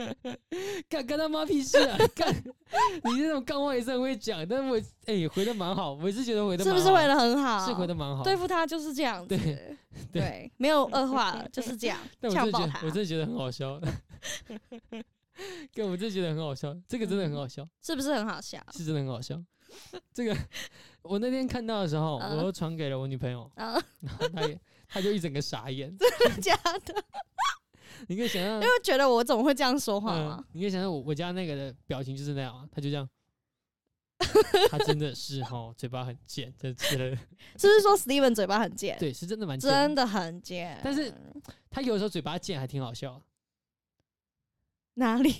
干干他妈屁事啊！干你这种干话也是很会讲，但是我哎、回的蛮好，我是觉得回的
是不是回的很好？
是回的蛮好，
对付他就是这样子，
对对
对，没有 恶化，就是这样
但我真
呛
的觉
爆
得
他
我，真的觉得很好笑，干我真的觉得很好笑，这个真的很好笑，
是不是很好 笑？
是真的很好笑。这个我那天看到的时候，
嗯
我又传给了我女朋友，
啊，
然后她也她就一整个傻眼，
假的，
你可以想 象
因。为觉得我怎么会这样说话
嗯
吗？，
你可以想象我我家那个的表情就是那样啊，他就这 样，他真的是哈，嘴巴很贱，这吃 了，
是不是说 Steven 嘴巴很贱？
对，是真的蛮贱
真
的。
的很贱，
但是他有时候嘴巴贱还挺好笑，
哪 里？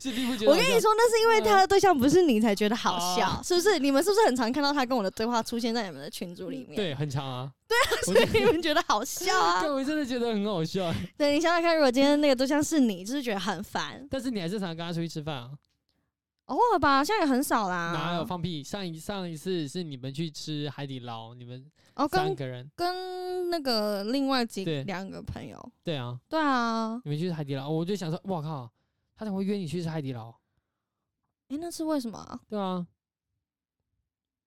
是并不觉得。
我跟你，说，那是因为他的对象不是你才觉得好笑，
哦
是不是？你们是不是很常看到他跟我的对话出现在你们的群组里面？，
对，很长啊，
所 以你们觉得好 笑啊
对，？我真的觉得很好笑。
对你想想看，如果今天那个对象是你，就是觉得很烦，
但是你还是常跟他出去吃饭啊？
偶尔吧，现在也很少啦。
哪有放屁？上一上一次是你们去吃海底捞，你们
哦，
三
跟
个人，
跟那个另外几
对
两个朋友，
对啊，
对啊，
你们去吃海底捞，我就想说，哇靠，他怎么会约你去吃海底捞？
诶，那是为什么啊？
对啊，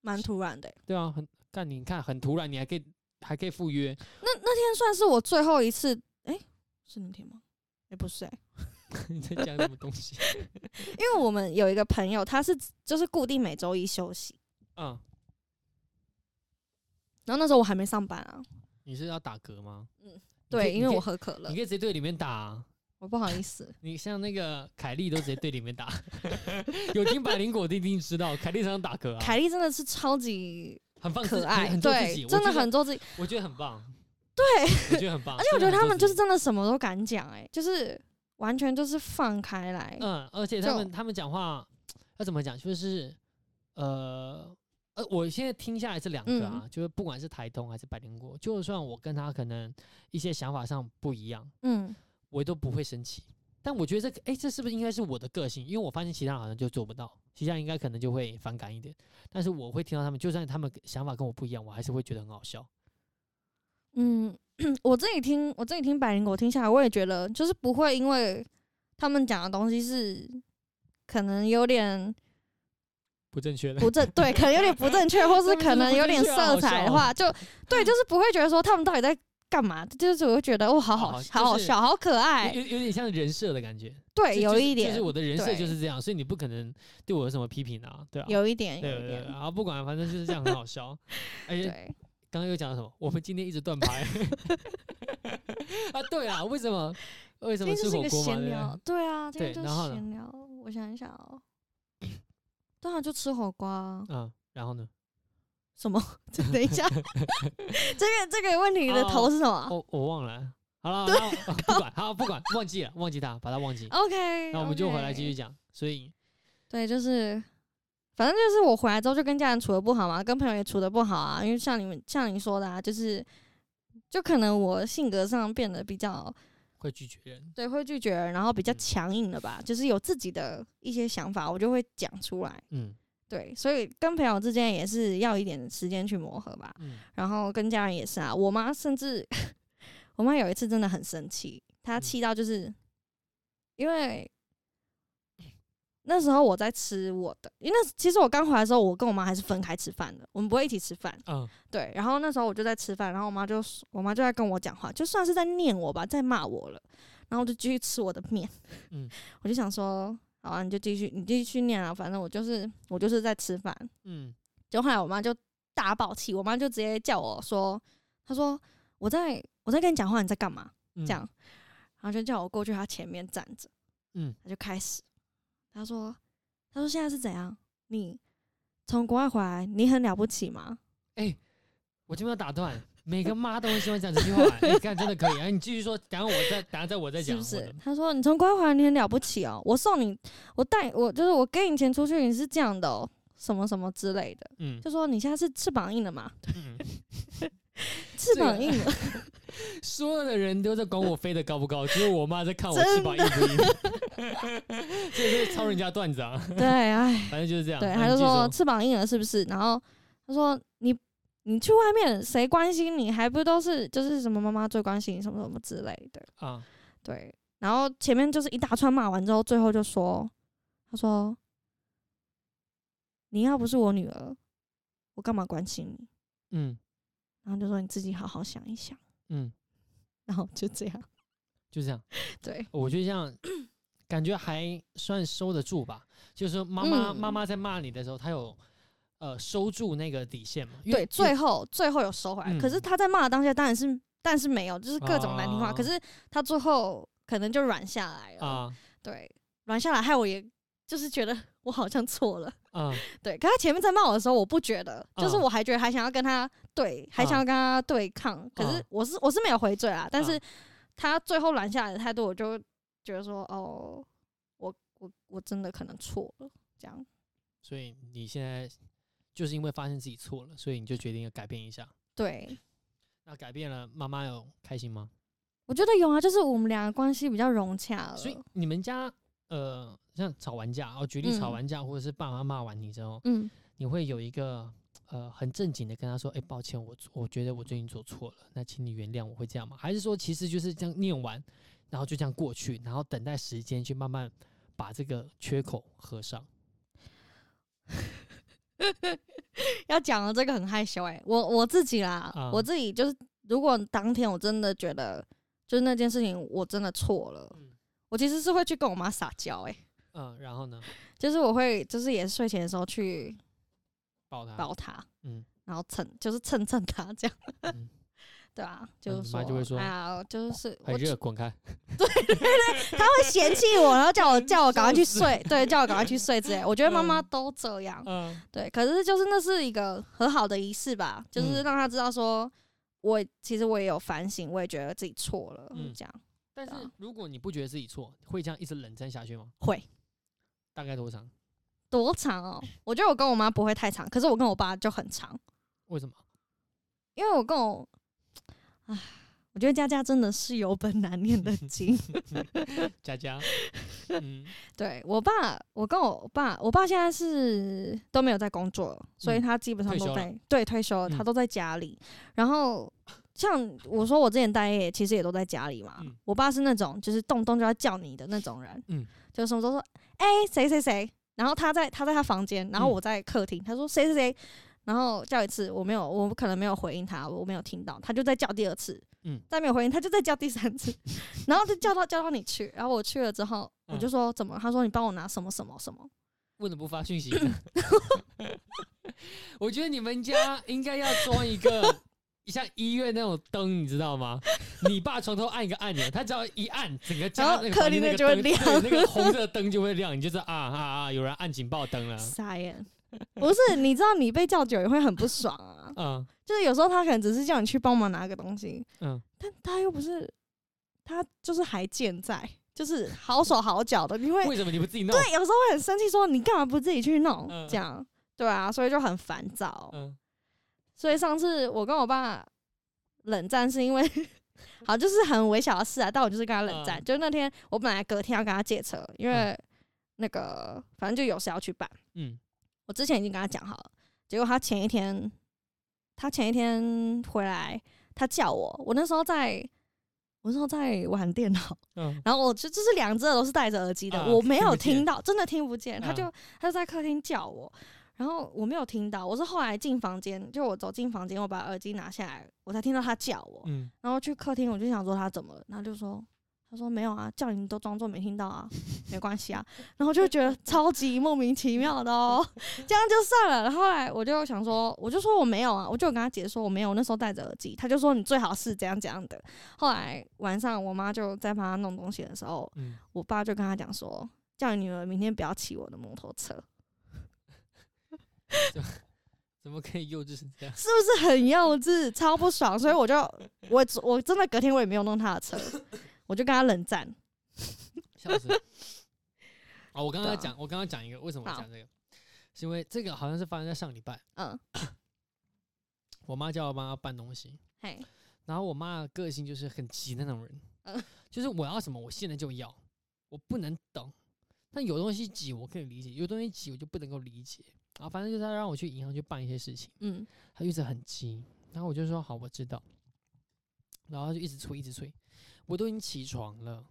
蛮突然的欸、
对啊，很干，你看很突然，你还可以还可以赴约，
那那天算是我最后一次，诶，是那天吗？也、不是、欸，
你在讲什么东西？
因为我们有一个朋友，他是就是固定每周一休息，
嗯，
然后那时候我还没上班啊，
你是要打嗝吗？
嗯
你可
对，
以
因为
你
我
可
喝可
以
乐
你，可以直接对里面打啊、
我不好意思。
你像那个凯莉都直接对里面打， 有听百灵果的一定知道，凯莉常常打嗝啊，
凯莉真的是超级
很放自
可爱，
很很做自己，
对，
我
真的
觉得
很，做自己，
我觉得很棒，
对。
我觉得很棒，
而且我觉得他们就是
这，
真的什么都敢讲，哎，就是完全就是放开来，
嗯嗯，而且他
就
们他们讲话要怎么讲，就是呃。呃，我现在听下来这两个啊，
嗯
就是不管是台通还是百灵果，就算我跟他可能一些想法上不一样，
嗯，
我都不会生气。但我觉得这个，哎、这是不是应该是我的个性？因为我发现其他人好像就做不到，其他人应该可能就会反感一点。但是我会听到他们，就算他们想法跟我不一样，我还是会觉得很好笑。
嗯， 我自己听，我自己听百灵果听下来，我也觉得就是不会因为他们讲的东西是可能 有点
不正确的，
不正，对，可能有点不正确，或是可能有点色彩的话，就 对，就是不会觉得说他们到底在干嘛，就是我会觉得哦，好
好
好好好
就是
笑，好可爱，
有有有点像人设的感觉。
对，
就
有
就是
一
就
点
是，我的人设
对
就是这样，所以你不可能对我有什么批评啊，对啊，
有一点，
对
有一
对对，
点，
然后不管，反正就是这样，很好 笑。而且
对，
刚刚又讲了什么？我们今天一直断拍 啊，对啊，为什么？为什
今
么
天
吃
就是一
火
个
锅嘛？
闲
对
聊
不，
对啊，今
对
天就是
然后呢
闲聊，我想一 想哦，对啊，就吃火锅啊，
对？嗯，然后呢？
什么？ 这等一下， 这个这个问题
哦
的头是什么
我我忘了。啊好了，那我 不管，好不管，忘记了，忘记他，把他忘记。
？OK，
那我们就回来
OK
继续讲。所以，
对，就是反正就是我回来之后就跟家人处的不好嘛，跟朋友也处的不好啊，因为像你们像你说的啊，就是就可能我性格上变得比较
会拒绝人，
对会拒绝，然后比较
嗯
强硬了吧，就是有自己的一些想法，我就会讲出来。
嗯
对，所以跟朋友之间也是要一点时间去磨合吧。
嗯，
然后跟家人也是啊，我妈甚至 我妈有一次真的很生气，她
嗯
气到就是因为那时候我在吃我的，因为那时其实我刚回来的时候，我跟我妈还是分开吃饭的，我们不会一起吃饭。
嗯，
对，然后那时候我就在吃饭，然后我妈就说我妈就在跟我讲话，就算是在念我吧，在骂我了。然后我就继续吃我的面，
嗯
我就想说，好啊，你就继续，你继续念啊，反正我就是我就是在吃饭。
嗯，
就后来我妈就大爆气，我妈就直接叫我说：“她说我在我在跟你讲话，你在干嘛？”
嗯
这样，，然后就叫我过去她前面站着，
嗯，
她就开始，她说：“她说现在是怎样？你从国外回来，你很了不起吗？
我这边要打断，每个妈都很喜欢讲这句话。哎，看真的可以，哎，你继续说，等下我再，等下再我再
是
讲
不
我
是
的。？”
她说：“你从国外回来，你很了不起哦，我送你，我带我就是我给你钱出去，你是这样的哦，什么什么之类的。”
嗯
就说你现在是翅膀硬了嘛？
嗯，
翅
这个
膀硬了，
所有的人都在管我飞得高不高，只有我妈在看我
真
翅膀硬不硬。 所以就是抄人家段子啊，
对，哎，
反正就是这样。
对，
好
他就
你继续
说翅膀硬了是不是？然后他说你你去外面谁关心你？还不都是就是什么妈妈最关心你什么什么之类的。
啊，
对，然后前面就是一大串骂完之后，最后就说他说你要不是我女儿，我干嘛关心你？
嗯
然后就说你自己好好想一想，
嗯，
然后就这样。
就这样。
对，
我觉得这 样感觉还算收得住吧。就是说妈妈、
嗯
妈妈在骂你的时候，她有呃收住那个底线嘛？因为
对，最后最后有收回来，可是
嗯
他在骂的当下当然是，但是没有，就是各种难听话。
啊
可是他最后可能就软下来了。
啊
对，软下来，害我也就是觉得 我好像错了。
啊
对，可他前面在骂我的时候，我不觉得，就是
嗯
我还觉得还想要跟他对，还想要跟他对抗。可是
嗯
我是我是没有回嘴啊，但是
嗯
他最后软下来的态度，我就觉得说，哦，我我我真的可能错了，这样。
所以你现在就是因为发现自己错了，所以你就决定要改变一下。
对，
那改变了，妈妈有开心吗？
我觉得有啊，就是我们俩的关系比较融洽了。
所以你们家呃，像吵完架哦，举例吵
嗯
完架，或者是爸妈骂完你之后，
嗯，
你会有一个呃很正经的跟他说：“哎、抱歉，我我觉得我最近做错了，那请你原谅我会这样吗？”还是说其实就是这样念完，然后就这样过去，然后等待时间去慢慢把这个缺口合上？
要讲的这个很害羞哎、我我自己啦，
啊
我自己就是，如果当天我真的觉得就是那件事情我真的错了，
嗯
我其实是会去跟我妈撒娇哎、
嗯，然后呢，
就是我会就是也是睡前的时候去
抱他，
抱她，
嗯
然后蹭就是蹭蹭她这样，
嗯
对啊，
那
就是
你
说，
妈就会说
哎呀，就是
很
我
热，滚 开。
她会嫌弃我，然 后叫我叫我赶快去
笑死
睡，对，叫我赶快去睡之类。我觉得妈妈
嗯
都这样，
嗯
对，可是就是那是一个很好的仪式吧，就是
嗯
让他知道说，我其实我也有反省，我也觉得自己错了，
嗯
这样
但
对啊
是如果你不觉得自己错，会这样一直冷战下去吗？
会
大概多长？
多长哦？我觉得我跟我妈不会太长，可是我跟我爸就很长，
为什么？
因为我跟我， 唉，我觉得家家真的是有本难念的经。
佳佳，嗯，
对我爸，我跟我爸，我爸现在是都没有在工作了，所以
嗯
他基本上
退
都
休
在对退休了，
嗯
他都在家里。然后像我说，我之前待业其实也都在家里嘛。
嗯
我爸是那种就是动不动就要叫你的那种人，
嗯
就什么都说哎谁谁谁，然后他在他在他房间，然后
嗯
我在客厅，他说谁谁谁，然后叫一次我没有，我可能没有回应他，我没有听到，他就再叫第二次，
嗯
再没有回应，他就再叫第三次，然后就叫到叫到你去，然后我去了之后，
嗯
我就说怎么？他说你帮我拿什么什么什么，
为什么不发 讯息 呢？我觉得你们家应该要装一个像医院那种灯，你知道 吗？你爸床头按一个按钮，他只要一按，整个
然
家
后
那个
客
房间
厅
那
的
个
就会
灯
亮
对那个红色的灯就会亮，你就知道啊啊啊，有人按警报灯了。
傻眼。不是，你知道你被叫久也会很不爽啊。
嗯
就是有时候他可能只是叫你去帮忙拿个东西，
嗯，
但他又不是，他就是还健在，就是好手好脚的，你会
为什么你不自己弄？
对，有时候会很生气，说你干嘛不自己去弄？
嗯
这样对啊，所以就很烦躁。
嗯
所以上次我跟我爸冷战是因为。好，就是很微小的事啊，但我就是跟他冷战。
嗯
就那天，我本来隔天要跟他借车，因为那个反正就有事要去办。
嗯
我之前已经跟他讲好了，结果他前一天，他前一天回来，他叫我，我那时候在，我那时候在玩电脑，
嗯，
然后我就就是两只耳都是戴着耳机的，
啊
我没有
听不见
听到，真的听不见。他
啊
就、他就在客厅叫我，然后我没有听到，我是后来进房间，就我走进房间，我把耳机拿下来，我才听到他叫我。
嗯，
然后去客厅，我就想说他怎么了，然后就说他说没有啊，叫你都装作没听到啊，没关系啊。然后就觉得超级莫名其妙的哦， 这样就算了。然后后来我就想说，我就说我没有啊，我就有跟他解释说我没有，我那时候戴着耳机，他就说你最好是怎样怎样的。后来晚上我妈就在帮他弄东西的时候，
嗯
我爸就跟他讲说，叫你女儿明天不要骑我的摩托车，
怎么可以幼稚成这样？
是不是很幼稚，超不爽？所以我就我我真的隔天我也没有弄他的车，我就跟他冷战。
笑死！哦，我刚
对啊
刚讲，我刚刚讲一个，为什么我
好
讲这个？是因为这个好像是发生在上礼拜，
嗯，
我妈叫我帮她搬东西，
嘿，
然后我妈的个性就是很急那种人，
嗯
就是我要什么我现在就要，我不能等。但有东西急我可以理解，有东西急我就不能够理解。然后反正就是她让我去银行去办一些事情，
嗯
她一直很急，然后我就说好我知道，然后她就一直催一直催，我都已经起床了，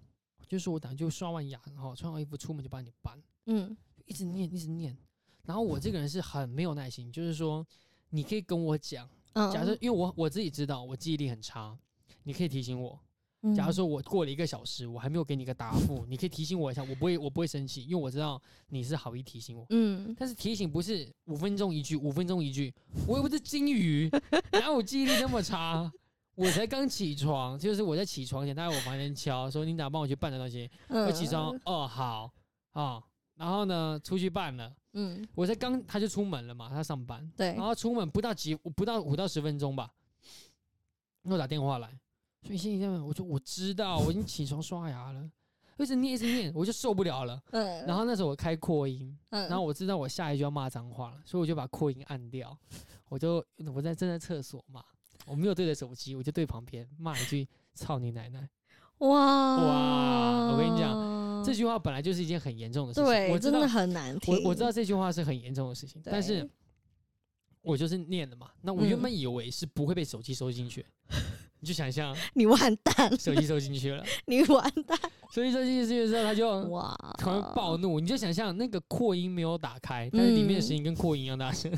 就说我等下就刷完牙，然后穿好衣服出门就帮你搬。
嗯
一直念，一直念。然后我这个人是很没有耐心，就是说，你可以跟我讲，
嗯。
假设因为我我自己知道我记忆力很差，你可以提醒我。
嗯
假如说我过了一个小时，我还没有给你一个答复，你可以提醒我一下，我不会我不会生气，因为我知道你是好意提醒我。
嗯，嗯，
但是提醒不是五分钟一句，五分钟一句，我又不是金鱼，哪有记忆力那么差？我才刚起床，就是我在起床前，他在我房间敲说：“你哪帮我去办的东西？”我
嗯
起床，，哦好啊、哦然后呢出去办了。
嗯，
我才刚他就出门了嘛，他上班，
对
然，后出门不到几不到五到十分钟吧，又打电话来，所以心里在问，我说我知道，我已经起床刷牙了，一直念一直念，我就受不了了。
嗯，
然
后，
后那时候我开扩音，
然
然后，我知道我下一句要骂脏话了，所以我就把扩音按掉，我就我在正在厕所嘛，我没有对着手机，我就对旁边骂一句“操你奶奶”。
哇
哇我跟你
讲
这句话本来就是一件很严重的事情，
嗯对
我知
真
道
的很难听，
我我知道这句话是很严重的事情，
对，
但是我就是念了嘛。那我原
嗯
本以为是不会被手机收进 去，你就想象
你完蛋，
手机收进去了，
你完蛋，
手机收进去之后，他就
哇，
嗯突然暴怒。你就想象那个扩音没有打开，但是里面
嗯
的声音跟扩音一样大声，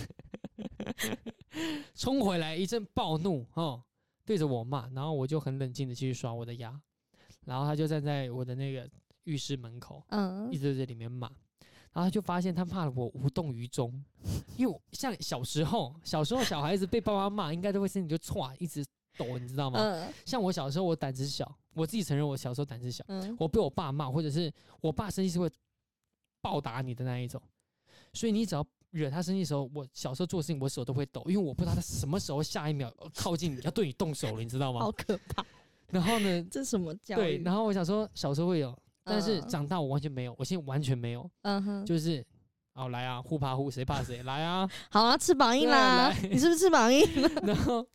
冲回来一阵暴怒哦，对着我骂，然后我就很冷静的继续刷我的牙，然后他就站在我的那个浴室门口，
嗯
一，直在里面骂，然后就发现他骂了我无动于衷，因为我像小时候，小时候小孩子被爸妈骂，应该都会身体就歘一直抖，你知道吗？
嗯
像我小时候，我胆子小，我自己承认我小时候胆子小，
嗯，
我被我爸骂，或者是我爸生气是会暴打你的那一种，所以你只要。惹他生气的时候，我小时候做事情，我手都会抖，因为我不知道他什么时候下一秒呃靠近你，要对你动手了，你知道吗
好？可怕，
然后呢，
这什么教
对，
育？
然后我想说小时候会有，但是
嗯
长大我完全没有，我现在完全没有，
嗯哼，
就是哦，来啊，互爬互，谁怕谁，来 啊。
好啊，翅膀硬
对啊
啦
来，
你是不是翅膀硬？
然后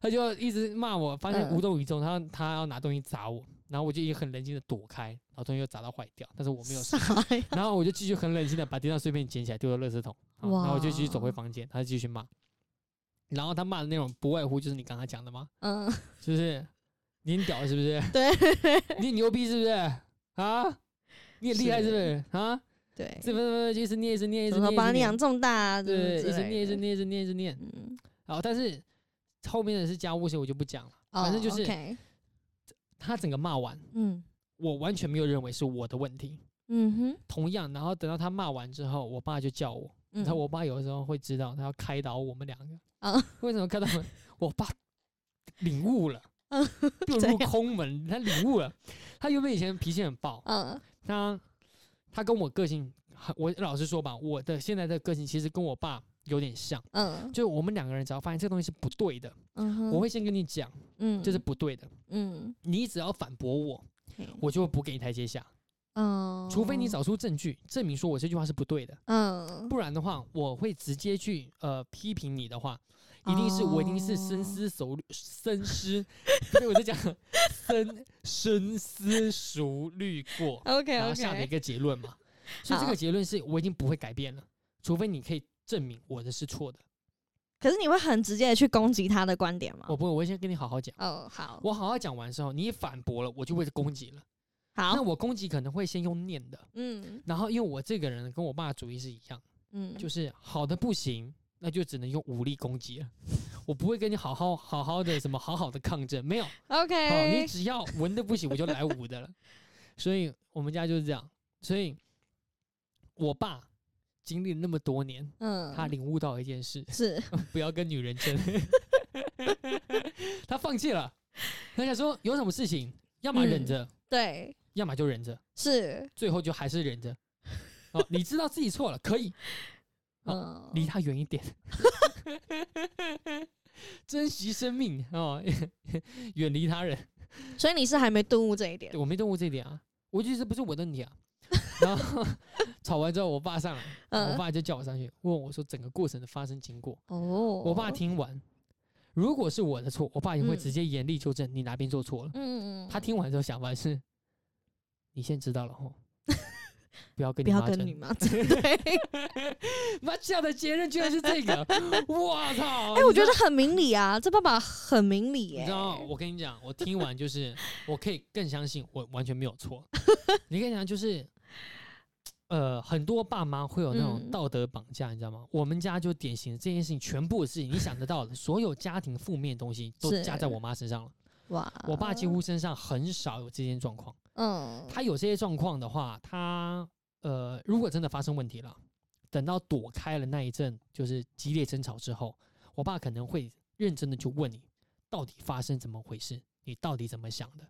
他就一直骂我，发现
嗯
无动于衷，他他要拿东西砸我，然后我就也很冷静的躲开，然后东西又砸到坏掉，但是我没有事
傻，呀，
然后我就继续很冷静的把地上碎片捡起来丢到垃圾桶，好然后我就继续走回
哇
房间，他就继续骂，然后他骂的内容不外乎就是你刚才讲的嘛，
嗯，
就是你很屌是不是？
对
你很牛逼是不是？啊，你很厉害是不是？啊，
对，
这么一直念一直念一直
什么
念，
把
一直
你
念
养重大啊，什么
对，
之
一直
类
念一直
的，
念一直念一直念，
嗯，
好，但是后面的是家务事我就不讲了。
哦
反正就是
，OK，
他整个骂完，
嗯
我完全没有认为是我的问题。
嗯哼，
同样，然后等到他骂完之后，我爸就叫我。
嗯
然后我爸有的时候会知道，他要开导我们两个。
啊
为什么开导我们？我爸领悟了
嗯，
遁
怎
入
样
空门，他领悟了。他原本以前脾气很暴，
嗯
他他跟我个性很，我老实说吧，我的现在的个性其实跟我爸有点像，
嗯
就是我们两个人只要发现这个东西是不对的，
嗯哼，
我会先跟你讲，
嗯，
这是不对的。
嗯
你只要反驳我，
嘿
我就会不给你台阶下。
嗯，
除非你找出证据证明说我这句话是不对的，
嗯
不然的话，我会直接去呃批评你的话，一定是、我一定是深思熟虑、深思，对我在讲深深思熟虑 过，
，OK
然后
OK，
下的一个结论嘛。所以这
好
个结论是我已经不会改变了，除非你可以证明我的是错的。
可是你会很直接的去攻击他的观点吗
我？不会，我会先跟你好好讲。
哦，好，
我好好讲完之后，你反驳了，我就会攻击了。那
好，
我攻击可能会先用念的，
嗯
然后因为我这个人跟我爸的主意是一样。
嗯，
就是是好的不行，那就只能用武力攻击了。我不会跟你好好好好的什么好好的抗争， 没有。哦，你
OK，
只要文的不行，我就来武的了。所以我们家就是这样。所以我爸经历了那么多年，
嗯，
他领悟到一件事：
是
不要跟女人争。 他放弃了，他想说有什么事情，要么忍
嗯
着，
对，
要么就忍着，
是，
最后就还是忍着。 哦，你知道自己错了，可以，好
嗯，
离他远一 点，珍惜生命哦， 远离他人。
所以你是还没顿悟这一点
对，我没动过这一点啊，我觉得这不是我的问题 啊。然后 吵完之后，我爸上来，我
嗯
爸就叫我上去，问我说整个过程的发生经过。
哦，
我爸听完，如果是我的错，我爸也会
嗯
直接严厉纠正你哪边做错了。
嗯，嗯，嗯
他听完之后想法是，你现在知道了 吼，不要跟
不
你
要
妈
跟
争
你。妈对，
妈下的结论居然是这 个，我操！
哎，我
你知
觉
道
得很明理啊，这爸爸很明理
你
耶
知，道，我跟你讲，我听完就是，我可以更相信我完全没有 错。你跟你讲，就是，呃，很多爸妈会有那种
嗯
道德绑架，你知道吗？我们家就典型的这件事情，全部的事情，你想得到的，所有家庭负面的东西都
是哦
加在我妈身上了。
哇，
我爸几乎身上很少有这些状况，
嗯，
他有这些状况的话，他呃，如果真的发生问题了，等到躲开了那一阵就是激烈争吵之后，我爸可能会认真的去问你，到底发生怎么回事，你到底怎么想的，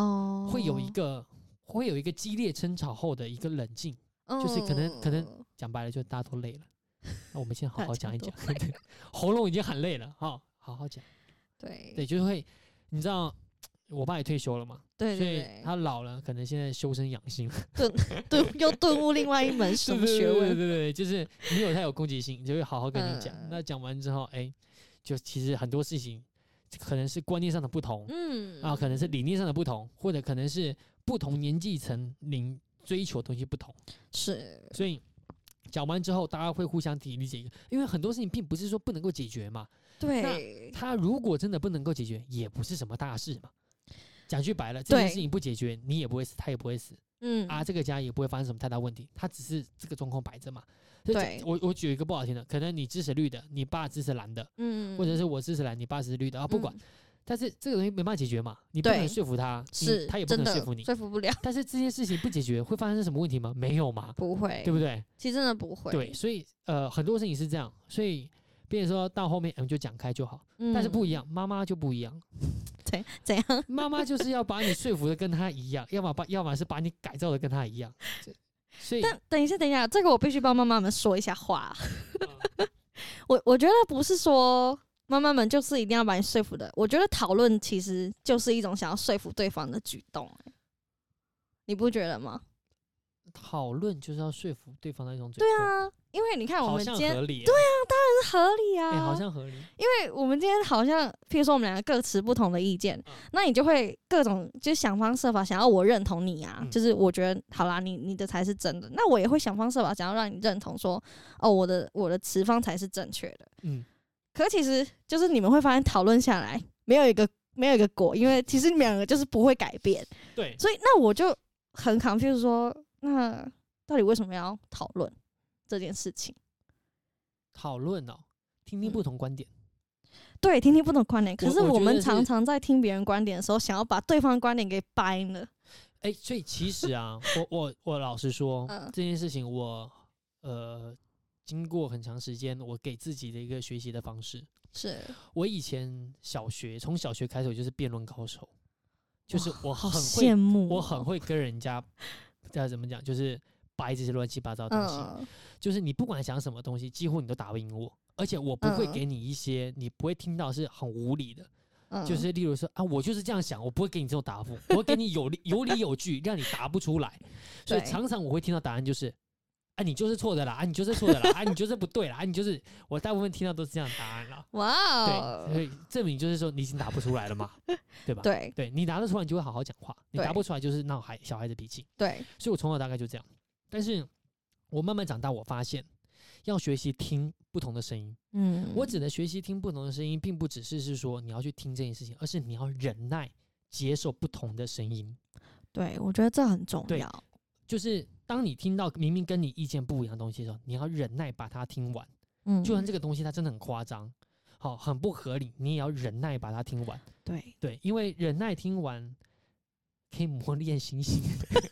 哦，
会有一个会有一个激烈争吵后的一个冷静。就是可能可能
嗯
讲白了，就大家都累了。那我们先好好讲一讲
大家，
对喉咙已经喊累了哈、好好讲。
对
对，就是会，你知道，我爸也退休了嘛，
对
所
对
以
对，
他老了，可能现在修身养性。
顿又顿悟另外一门什么
对
学
对对
问，
对对，就是你有他有攻击性，你就会好好跟你讲。
嗯
那讲完之后，哎、就其实很多事情可能是观念上的不同，
嗯
啊，可能是理念上的不同，或者可能是不同年纪层您追求的东西不同，
是，
所以。讲完之后，大家会互相体理解，因为很多事情并不是说不能够解决嘛。
对，
他如果真的不能够解决，也不是什么大事嘛。讲句白了，这件
对
事情不解决，你也不会死，他也不会死。
嗯
啊，这个家也不会发生什么太大问题，他只是这个状况摆着嘛。所以这
对
我我举一个不好听的，可能你支持绿的，你爸支持蓝的，
嗯，
或者是我支持蓝，你爸支持绿的啊，不管。但是这个东西没办法解决嘛，你不
对
能说服他，你
是，
他也不
真
能
的
说服你。
说服不了，
但是这件事情不解决，会发生什么问题吗？没有嘛，
不会，
对不对？
其实真的不会，
对，，所以呃，很多事情是这样，所以。变成说到后面，我们嗯就讲开就好，但是不一，样，妈妈就不一 样，
怎嗯怎样？
妈妈就是要把你说服的跟她一样，要么把，要么是把你改造的跟她一样，这所 以
但等一下，等一下，这个我必须帮妈妈们说一下话。
嗯
我我觉得不是说妈妈们就是一定要把你说服的，我觉得讨论其实
嗯
就是一种想要说服对方的举动、欸你不觉得吗？
讨论就是要说服对方的一种
对
对，
啊，因为你看我
好
们
像
今天
合理、对啊，
是合理啊，
哎、好像合理，
因为哎我们今天好像，譬如说我们两个各持不同的意见，
嗯
那你就会各种就想方设法想要我认同你啊，
嗯
就是我觉得好啦，你你的才是真的，那我也会想方设法想要让你认同说，哦，我的我的持方才是正确的。
嗯，
可其实就是你们会发现讨论下来没有一个没有一个果，因为其实你们两个就是不会改变，
对，
所以那我就很 confused 说，那到底为什么要讨论这件事情？
讨论哦，听听
嗯
不同观点，
对，听听不懂观点。可
我
是
我觉
我们
得
常
是
常在听别人观点的时候，想要把对方观点给掰了。
哎、所以其实啊，我我我老实说，
嗯
这件事情我呃，经过很长时间，我给自己的一个学习的方式。
是，
我以前小学从小学开始，我就是辩论高手，就是我
好
很
羡
会，
慕哦，
我很会跟人家要怎么讲，就是掰这些乱七八糟的东西。
嗯，
就是你不管想什么东西，几乎你都打不赢我，而且我不会
嗯
给你一些你不会听到是很无理的，
嗯，
就是例如说啊，我就是这样想，我不会给你这种答复，我会给你有理有理有据，让你答不出来。所以
对
常常我会听到答案就是，啊，你就是错的啦，啊，你就是错的啦，啊，你就是不对啦，啊，你就是我大部分听到都是这样的答案啦。
哇哦
对，所，以证明就是说你已经答不出来了嘛，对吧？
对
对你答得出来，你就会好好讲话；你答
对
不出来，就是闹孩小孩子脾气。
对，
所以我从小大概就这样。但是我慢慢长大，我发现要学习听不同的声音。
嗯，
我指的学习听不同的声音，并不只是是说你要去听这件事情，而是你要忍耐接受不同的声音。
对我觉得这很重
对
要，
就是当你听到明明跟你意见不一样的东西的时候，你要忍耐把它听完。
嗯，
就算这个东西它真的很夸张，好，很不合理，你也要忍耐把它听完。
对，
对，因为忍耐听完可以磨练心性，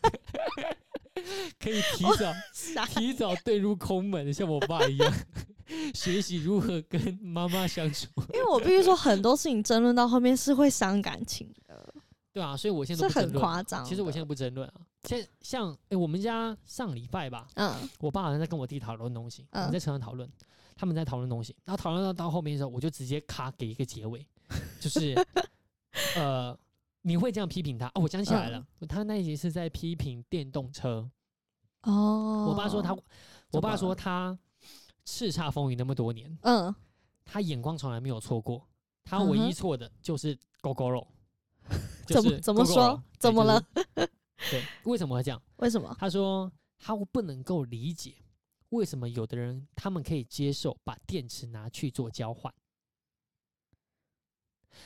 可以提早
傻
提早遁入空门，像我爸一样 学习如何跟妈妈相处，
因为我必须说，很多事情争论到后面是会伤感情的，
对啊，所以我现在
是
都不争
很
论啊。
夸张的。
其实我现在不争论啊，现像哎、我们家上礼拜吧，
嗯
我爸好像在跟我弟讨论东西，我
嗯
们在车上讨论，他们在讨论东西，然后讨论到到后面的时候，我就直接卡给一个结尾， 就是呃，你会这样批评他哦，我想起来了，
嗯
他那一集是在批评电动车，
哦，
我爸说他，我爸
么
说
了
他叱咤风云那么多年，
嗯，
他眼光从来没有错过，他唯
嗯
一
哼
错的就是勾勾 肉，就
怎么
是
怎么
Gogoro，
说
对
怎么？了
就？是 对，为什么会这样？
为什么？
他说他不能够理解为什么有的人他们可以接受把电池拿去做交换。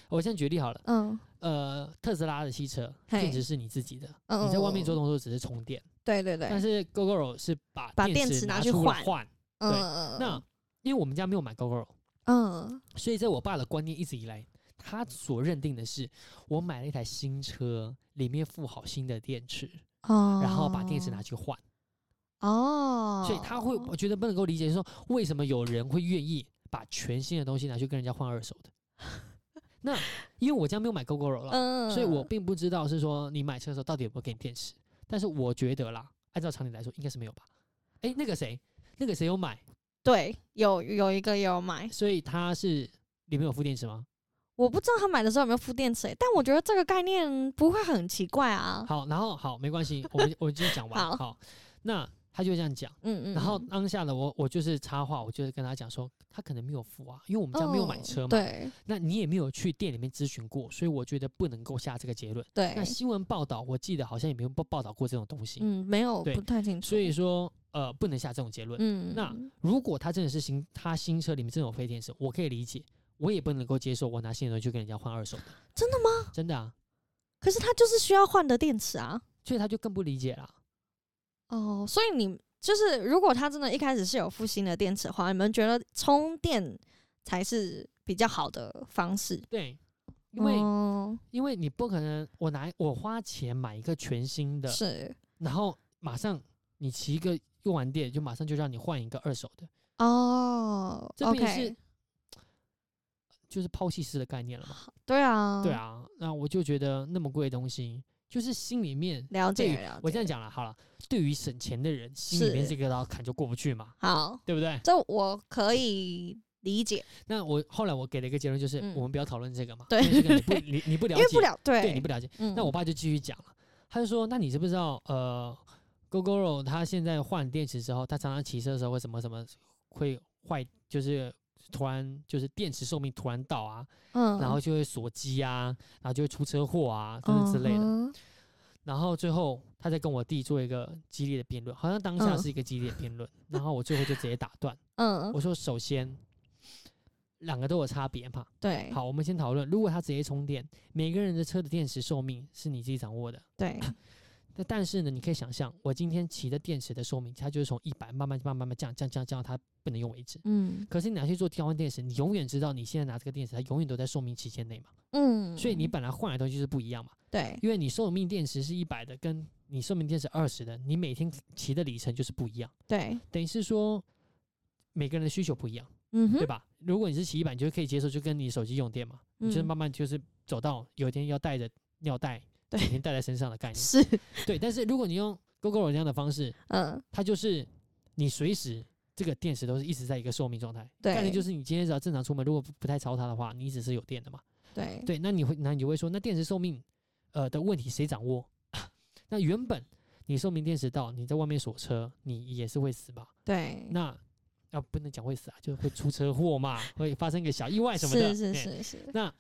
我先举例好了，
嗯
呃，特斯拉的汽车电
嘿
池是你自己的，
嗯，
你在外面
嗯
做，动作只是充电，
对对对，
但是 GoGoRo 是把
把
电
电
池
池拿
拿
去
出来
换
换。
嗯
对
嗯
那因为我们家没有买 GoGoRo，
嗯
所以在我爸的观念一直以来，他所认定的是我买了一台新车，里面附好新的电池，
哦，
然后把电池拿去换。
哦，
所以他会，我觉得不能够理解，就是说为什么有人会愿意把全新的东西拿去跟人家换二手 的。那因为我家没有买 GoGoRo 了，
嗯，
所以我并不知道是说你买车的时候到底有没有给你电池。但是我觉得啦，按照常理来说，应该是没有吧？诶，那个谁，那个谁有买，
对有有一个有买，
所以他是里面有附电池吗？
我不知道他买的时候有没有附电池欸、但我觉得这个概念不会很奇怪啊。
好，然后好，没关系，我们我们继续讲完。好
好
那他就这样讲，
嗯嗯，
然后
嗯
当下的我，我就是插话，我就是跟他讲说，他可能没有付啊，因为我们家没有买
哦
车嘛，
对
那你也没有去店里面咨询过，所以我觉得不能够下这个结论。那
对，
新闻报道，我记得好像也没有报报道过这种东西，
哎嗯，没有
对
不太清楚，
所以说呃，不能下这种结论。
嗯，
那如果他真的是新，他新车里面真的有飞天石，我可以理解，我也不能够接受我拿新的东西去跟人家换二手的，
真的吗？
真的啊，
可是他就是需要换的电池啊。
所以他就更不理解了。
哦，所以你就是如果他真的一开始是有附新的电池的话，你们觉得充电才是比较好的方式，
对，因为。
哦
因为你不可能，我拿我花钱买一个全新的，
是
然后马上你骑一个用完电，就马上就让你换一个二手的，
哦
这不也是
，OK，
就是抛弃式的概念了嘛？
对啊，
对，啊，那我就觉得那么贵的东西，就是心里面，
了
对于
解了解，
我这样讲了，好了，对于省钱的人，心里面
是
这个道坎就过不去嘛，
好，
对不对？
这我可以理解，
那我后来我给了一个结论，就是
嗯
我们不要讨论这个嘛，
对
因为这个你不你你不了
因
解
为，不了
对
对
你不了解，
嗯
那我爸就继续讲了，他就说：“那你知不知道？呃 GoGoRo 它现在换电池之后，它常常骑车的时候会什么什么会坏，就是突然就是电池寿命突然到啊，
嗯，
然后就会锁机啊，然后就会出车祸啊，等等之类的。
嗯哼
然后最后他在跟我弟做一个激烈的辩论，好像当下
嗯
是一个激烈的辩论，然后我最后就直接打断，
嗯，
我说首先。两个都有差别嘛？
对，
好，我们先讨论。如果它直接充电，每个人的车的电池寿命是你自己掌握的，
对，
那但是呢，你可以想象，我今天骑的电池的寿命，它就是从一百慢慢、慢慢、慢慢降、降、降、降到它不能用为止。
嗯
可是你拿去做交换电池，你永远知道你现在拿这个电池，它永远都在寿命期间内嘛。
嗯，
所以你本来换来的东西就是不一样嘛，
对，
因为你寿命电池是一百的，跟你寿命电池二十的，你每天骑的里程就是不一样。
对，
等于是说，每个人的需求不一样，
嗯
对
哼，
吧？如果你是骑一百，你就可以接受，就跟你手机用电嘛，你就是
嗯
慢慢就是走到有一天要带着尿袋，
对
每天带在身上的概念。
是，
对，但是如果你用 GoGo 这样的方式，
嗯，
它就是你随时这个电池都是一直在一个寿命状态。概念
对
就是你今天只要正常出门，如果不不太超它的话，你一直是有电的嘛。
对，
对，那你会那你就会说，那电池寿命呃的问题谁掌握？ 那原本你寿命电池到，你在外面锁车，你也是会死吧？
对，
那啊不能讲会死啊，就是会出车祸 嘛，会发生一个小意外什么的。
是是
哎
是是，
那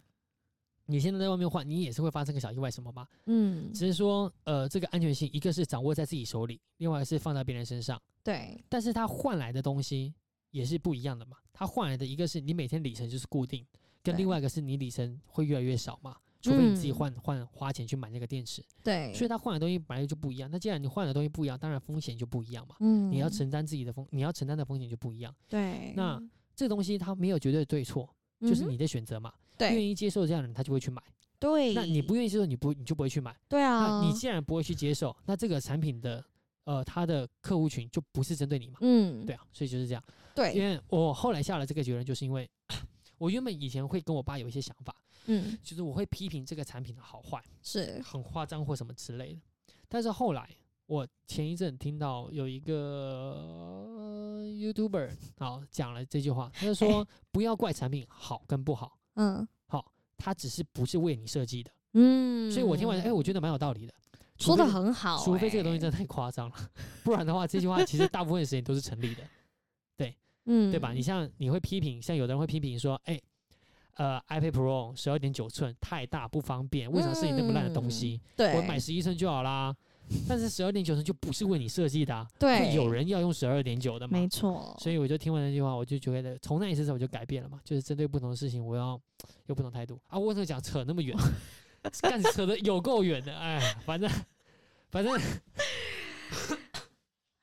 你现在在外面换，你也是会发生个小意外什么吗？
嗯，
只是说，呃，这个安全性，一个是掌握在自己手里，另外是放在别人身上，
对，
但是它换来的东西也是不一样的嘛。它换来的一个是你每天里程就是固定，跟
对
另外一个是你里程会越来越少嘛，除非你自己
嗯
换换花钱去买那个电池，
对，
所以它换的东西本来就不一样。那既然你换的东西不一样，当然风险就不一样嘛。
嗯，
你要承担自己的风，你要承担的风险就不一样。
对，
那这东西它没有绝对对错，就是
嗯哼
你的选择嘛。愿
对
意接受这样的人，他就会去买；
对，
那你不愿意接受，你不你就不会去买。
对
那
啊，
你既然不会去接受，那这个产品的呃它的客户群就不是针对你嘛？
嗯
对啊，所以就是这样。因
对，
为我后来下了这个结论，就是因为 我原本以前会跟我爸有一些想法，
嗯
就是我会批评这个产品的好坏，
是，
很夸张或什么之类的。但是后来我前一阵听到有一个、呃 YouTuber 啊讲了这句话，
哎
他就说不要怪产品好跟不好，
嗯
好，它只是不是为你设计的。
嗯，
所以我听 完，哎、我觉得蛮有道理的。除
说的
非
很好欸，
除非这个东西真的太夸张了， 不然的话，这句话其实大部分时间都是成立的，
嗯，
对吧？你像你会批评，像有的人会批评说，哎、呃，iPad Pro 十二点九寸太大不方便，为啥设计那么烂的东西？
嗯对，
我买十一寸就好啦。但是十二点九寸就不是为你设计的、啊，
对
会有人要用十二点九的嘛
没？错，
所以我就听完那句话，我就觉得从那一次之后我就改变了嘛，就是针对不同的事情，我要有不同态度啊。我怎么讲扯那么远？ 干扯的有够远的，哎，反正反正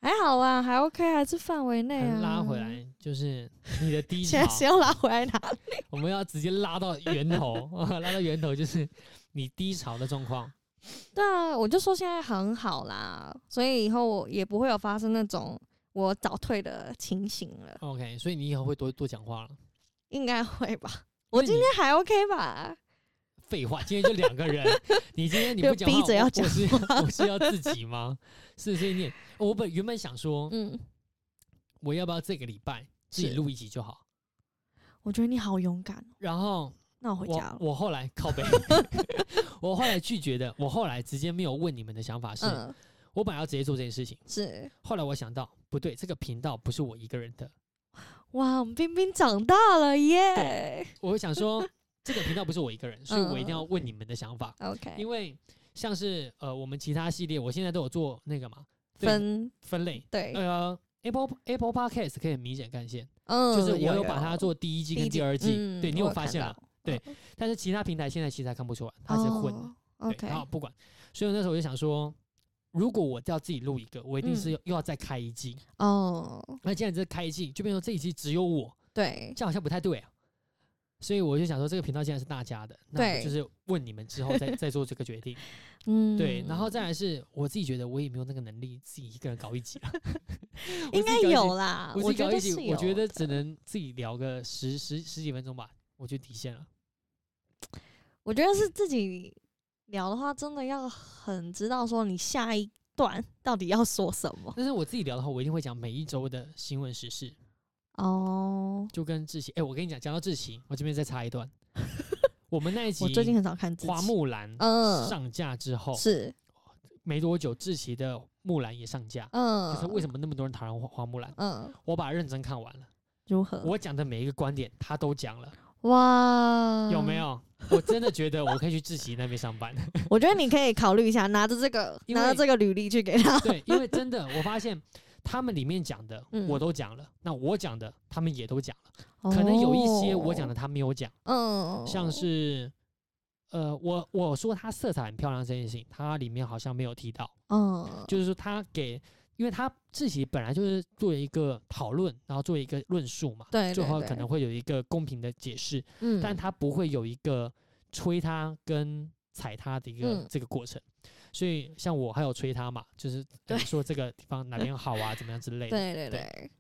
还好啊，还 OK，还是范围内啊。
拉回，来，就是你的低
现
潮
在，是要拉回来哪里？
我们要直接拉到源头，哦拉到源头就是你低潮的状况。
对啊，我就说现在很好啦，所以以后我也不会有发生那种我早退的情形了，
OK，所以你以后会多多讲话了。
应该会吧？
我
今天还 OK 吧？
废话，今天就两个 人，你今天你不
又
讲话，
逼着
我
要
我
讲
是我是要自己吗？是所以你也，我本原本想说，
嗯，
我要不要这个礼拜自己
是
录一集就好，
我觉得你好勇敢哦，
然后
那我回家
我
了。
我后来靠 背，我后来拒绝的，我后来直接没有问你们的想法是，
嗯，
我本来要直接做这件事情，
是
后来我想到不对，这个频道不是我一个人的，
哇，我们冰冰长大了耶
我想说这个频道不是我一个人，所以我一定要
嗯
问你们的想法，
！OK，
因为像是呃我们其他系列，我现在都有做那个嘛对
分
分类，
对，
呃 Apple Apple Podcast 可以很明显干线，
嗯，
就是我
有
有把它做第一季跟第二季，
嗯
对你
我
有发
看
现
到
了，对，但是其他平台现在其实还看不出来，它是混的。
哦
对，
OK，
然后不管，所以我那时候我就想说，如果我要自己录一个，我一定是
嗯
又要再开一季。
哦，
那既然这开一季，就变成这一季只有我，
对，
这样好像不太对啊。所以我就想说，这个频道既然是大家的，那我
对
就是问你们之后 再再做这个决定。
嗯，
对，然后再来是我自己觉得我也没有那个能力自己一个人搞一 集了，我
应
自己
该
搞一集
有啦，
我自己
觉
搞一
得
集
是，
我觉
有
得只能自己聊个十十十几分钟吧，我就底线了。
我觉得是自己聊的话，真的要很知道说你下一段到底要说什么
但是我自己聊的话，我一定会讲每一周的新闻时事，
哦。
就跟志奇，哎、我跟你讲，讲到志奇，我这边再插一 段，我们那一集
我最近很少看自己
花木兰
嗯
上架之后、
是
没多久，志奇的木兰也上架，
嗯，
就是为什么那么多人讨论花花木兰？
嗯，
我把它认真看完了，
如何？
我讲的每一个观点他都讲了，
哇，
有没？有？我真的觉得我可以去自习那边上 班。
我觉得你可以考虑一下，拿着这个
因为
拿着这个履历去给他。
对，因为真的我发现他们里面讲的
嗯
我都讲了，那我讲的他们也都讲了，可能有一些我讲的
哦，
他没有讲，
嗯，
像是。呃，我我说它色彩很漂亮这件事情，它里面好像没有提到，
嗯，
就是说他给，因为他自己本来就是做一个讨论，然后做一个论述嘛，
对
最
对
后
对
可能会有一个公平的解释，
嗯，
但他不会有一个吹他跟踩他的一个
嗯
这个过程。所以像我还有吹他嘛，就是呃
对
说这个地方哪边好啊，怎么样之类的，
对对
对
对，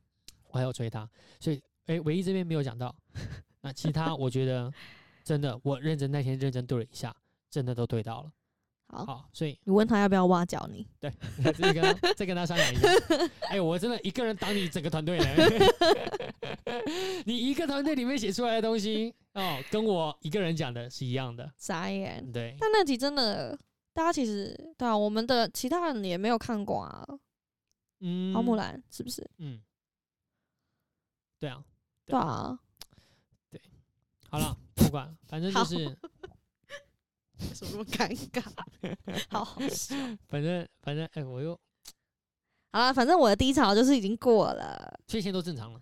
我还有吹他。所以诶，唯一这边没有讲 到，那其他我觉得真的，我认真那天认真对了一下，真的都对到了。
好
好，所以
你问他要不要挖角你？
这个再跟他商 量一下。哎、我真的一个人挡你整个团队呢。 你一个团队里面写出来的东西哦，跟我一个人讲的是一样的。
傻眼。
对，
但那集真的，大家其实对啊，我们的其他人也没有看过啊，
嗯，
花木，兰是不是？
嗯，对啊，对
对啊，
好了，不管了，反正就
好
是，
为什么那么尴尬？ 好好笑。
反正反正，哎、我又
好啦，反正我的低潮就是已经过了，
缺陷都正常了。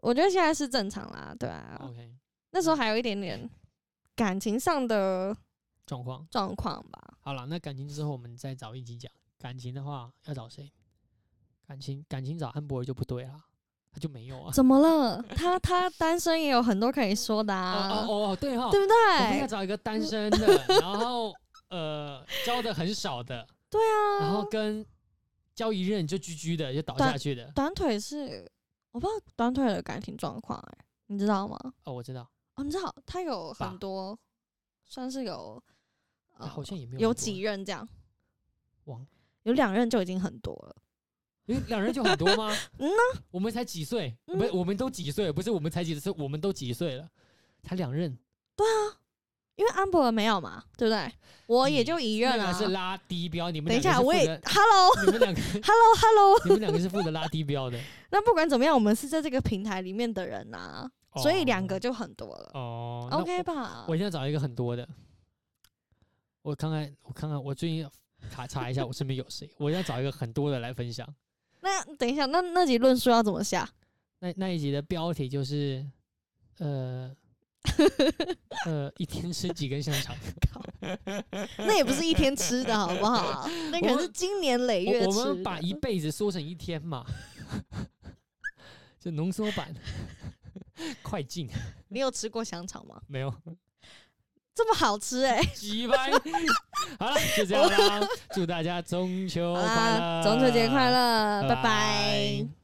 我觉得现在是正常啦，对啊。
OK，
那时候还有一点点感情上的
状况
状况吧。
好了，那感情之后我们再找一集讲。感情的话要找谁？感情感情找安博就不对啦，他就没有啊。
怎么了？他他单身也有很多可以说的
哦
啊，
哦哦哦，对哈，
对不
我们要
对？
找一个单身 的，然后呃交的很少的，
对啊。
然后跟交一任就居居的就倒
对啊
下去的。
短腿是我不知道短腿的感情状况，哎，你知道吗？
哦，我知道，
哦，你知道他有
吧
很多，算是有，
啊
呃，
好像也没有
有
很多
几任这样，
忘，
有两任就已经很多了。
因为两人就很多吗？
嗯
我们才几岁？我
嗯
们我们都几岁？不是我们才几岁，我们都几岁了？才两任，
因为安博尔没有嘛，对不对？我也
你
就一
嗯那个
任啊。
是拉低标，你们
等一
两
下，
个
我
是
也
负责
Hello
你们两个
Hello Hello。
你们两个是负责拉低标的，
那不管怎么样，我们是在这个平台里面的人呐、
哦
所以两个就很多了、
哦那
o k
我
吧
我？一定要找一个很多的。我看看，我看看，我最近查查一下我身边有谁， 我要找一个很多的来分享。
那等一下，那那集论述要怎么下？
那那一集的标题就是，呃呃，一天吃几根香肠？
那也不是一天吃的好不好？那
我
可能
们
是经年累月
我
吃
我
的。
们把一辈子缩成一天嘛， 就浓缩版， 快进
你有吃过香肠吗？
没有
这么好吃哎、
几百。 好了，就这样啦，祝大家中秋
好
哦快
啦，
乐，
中秋节快，乐，拜
拜
拜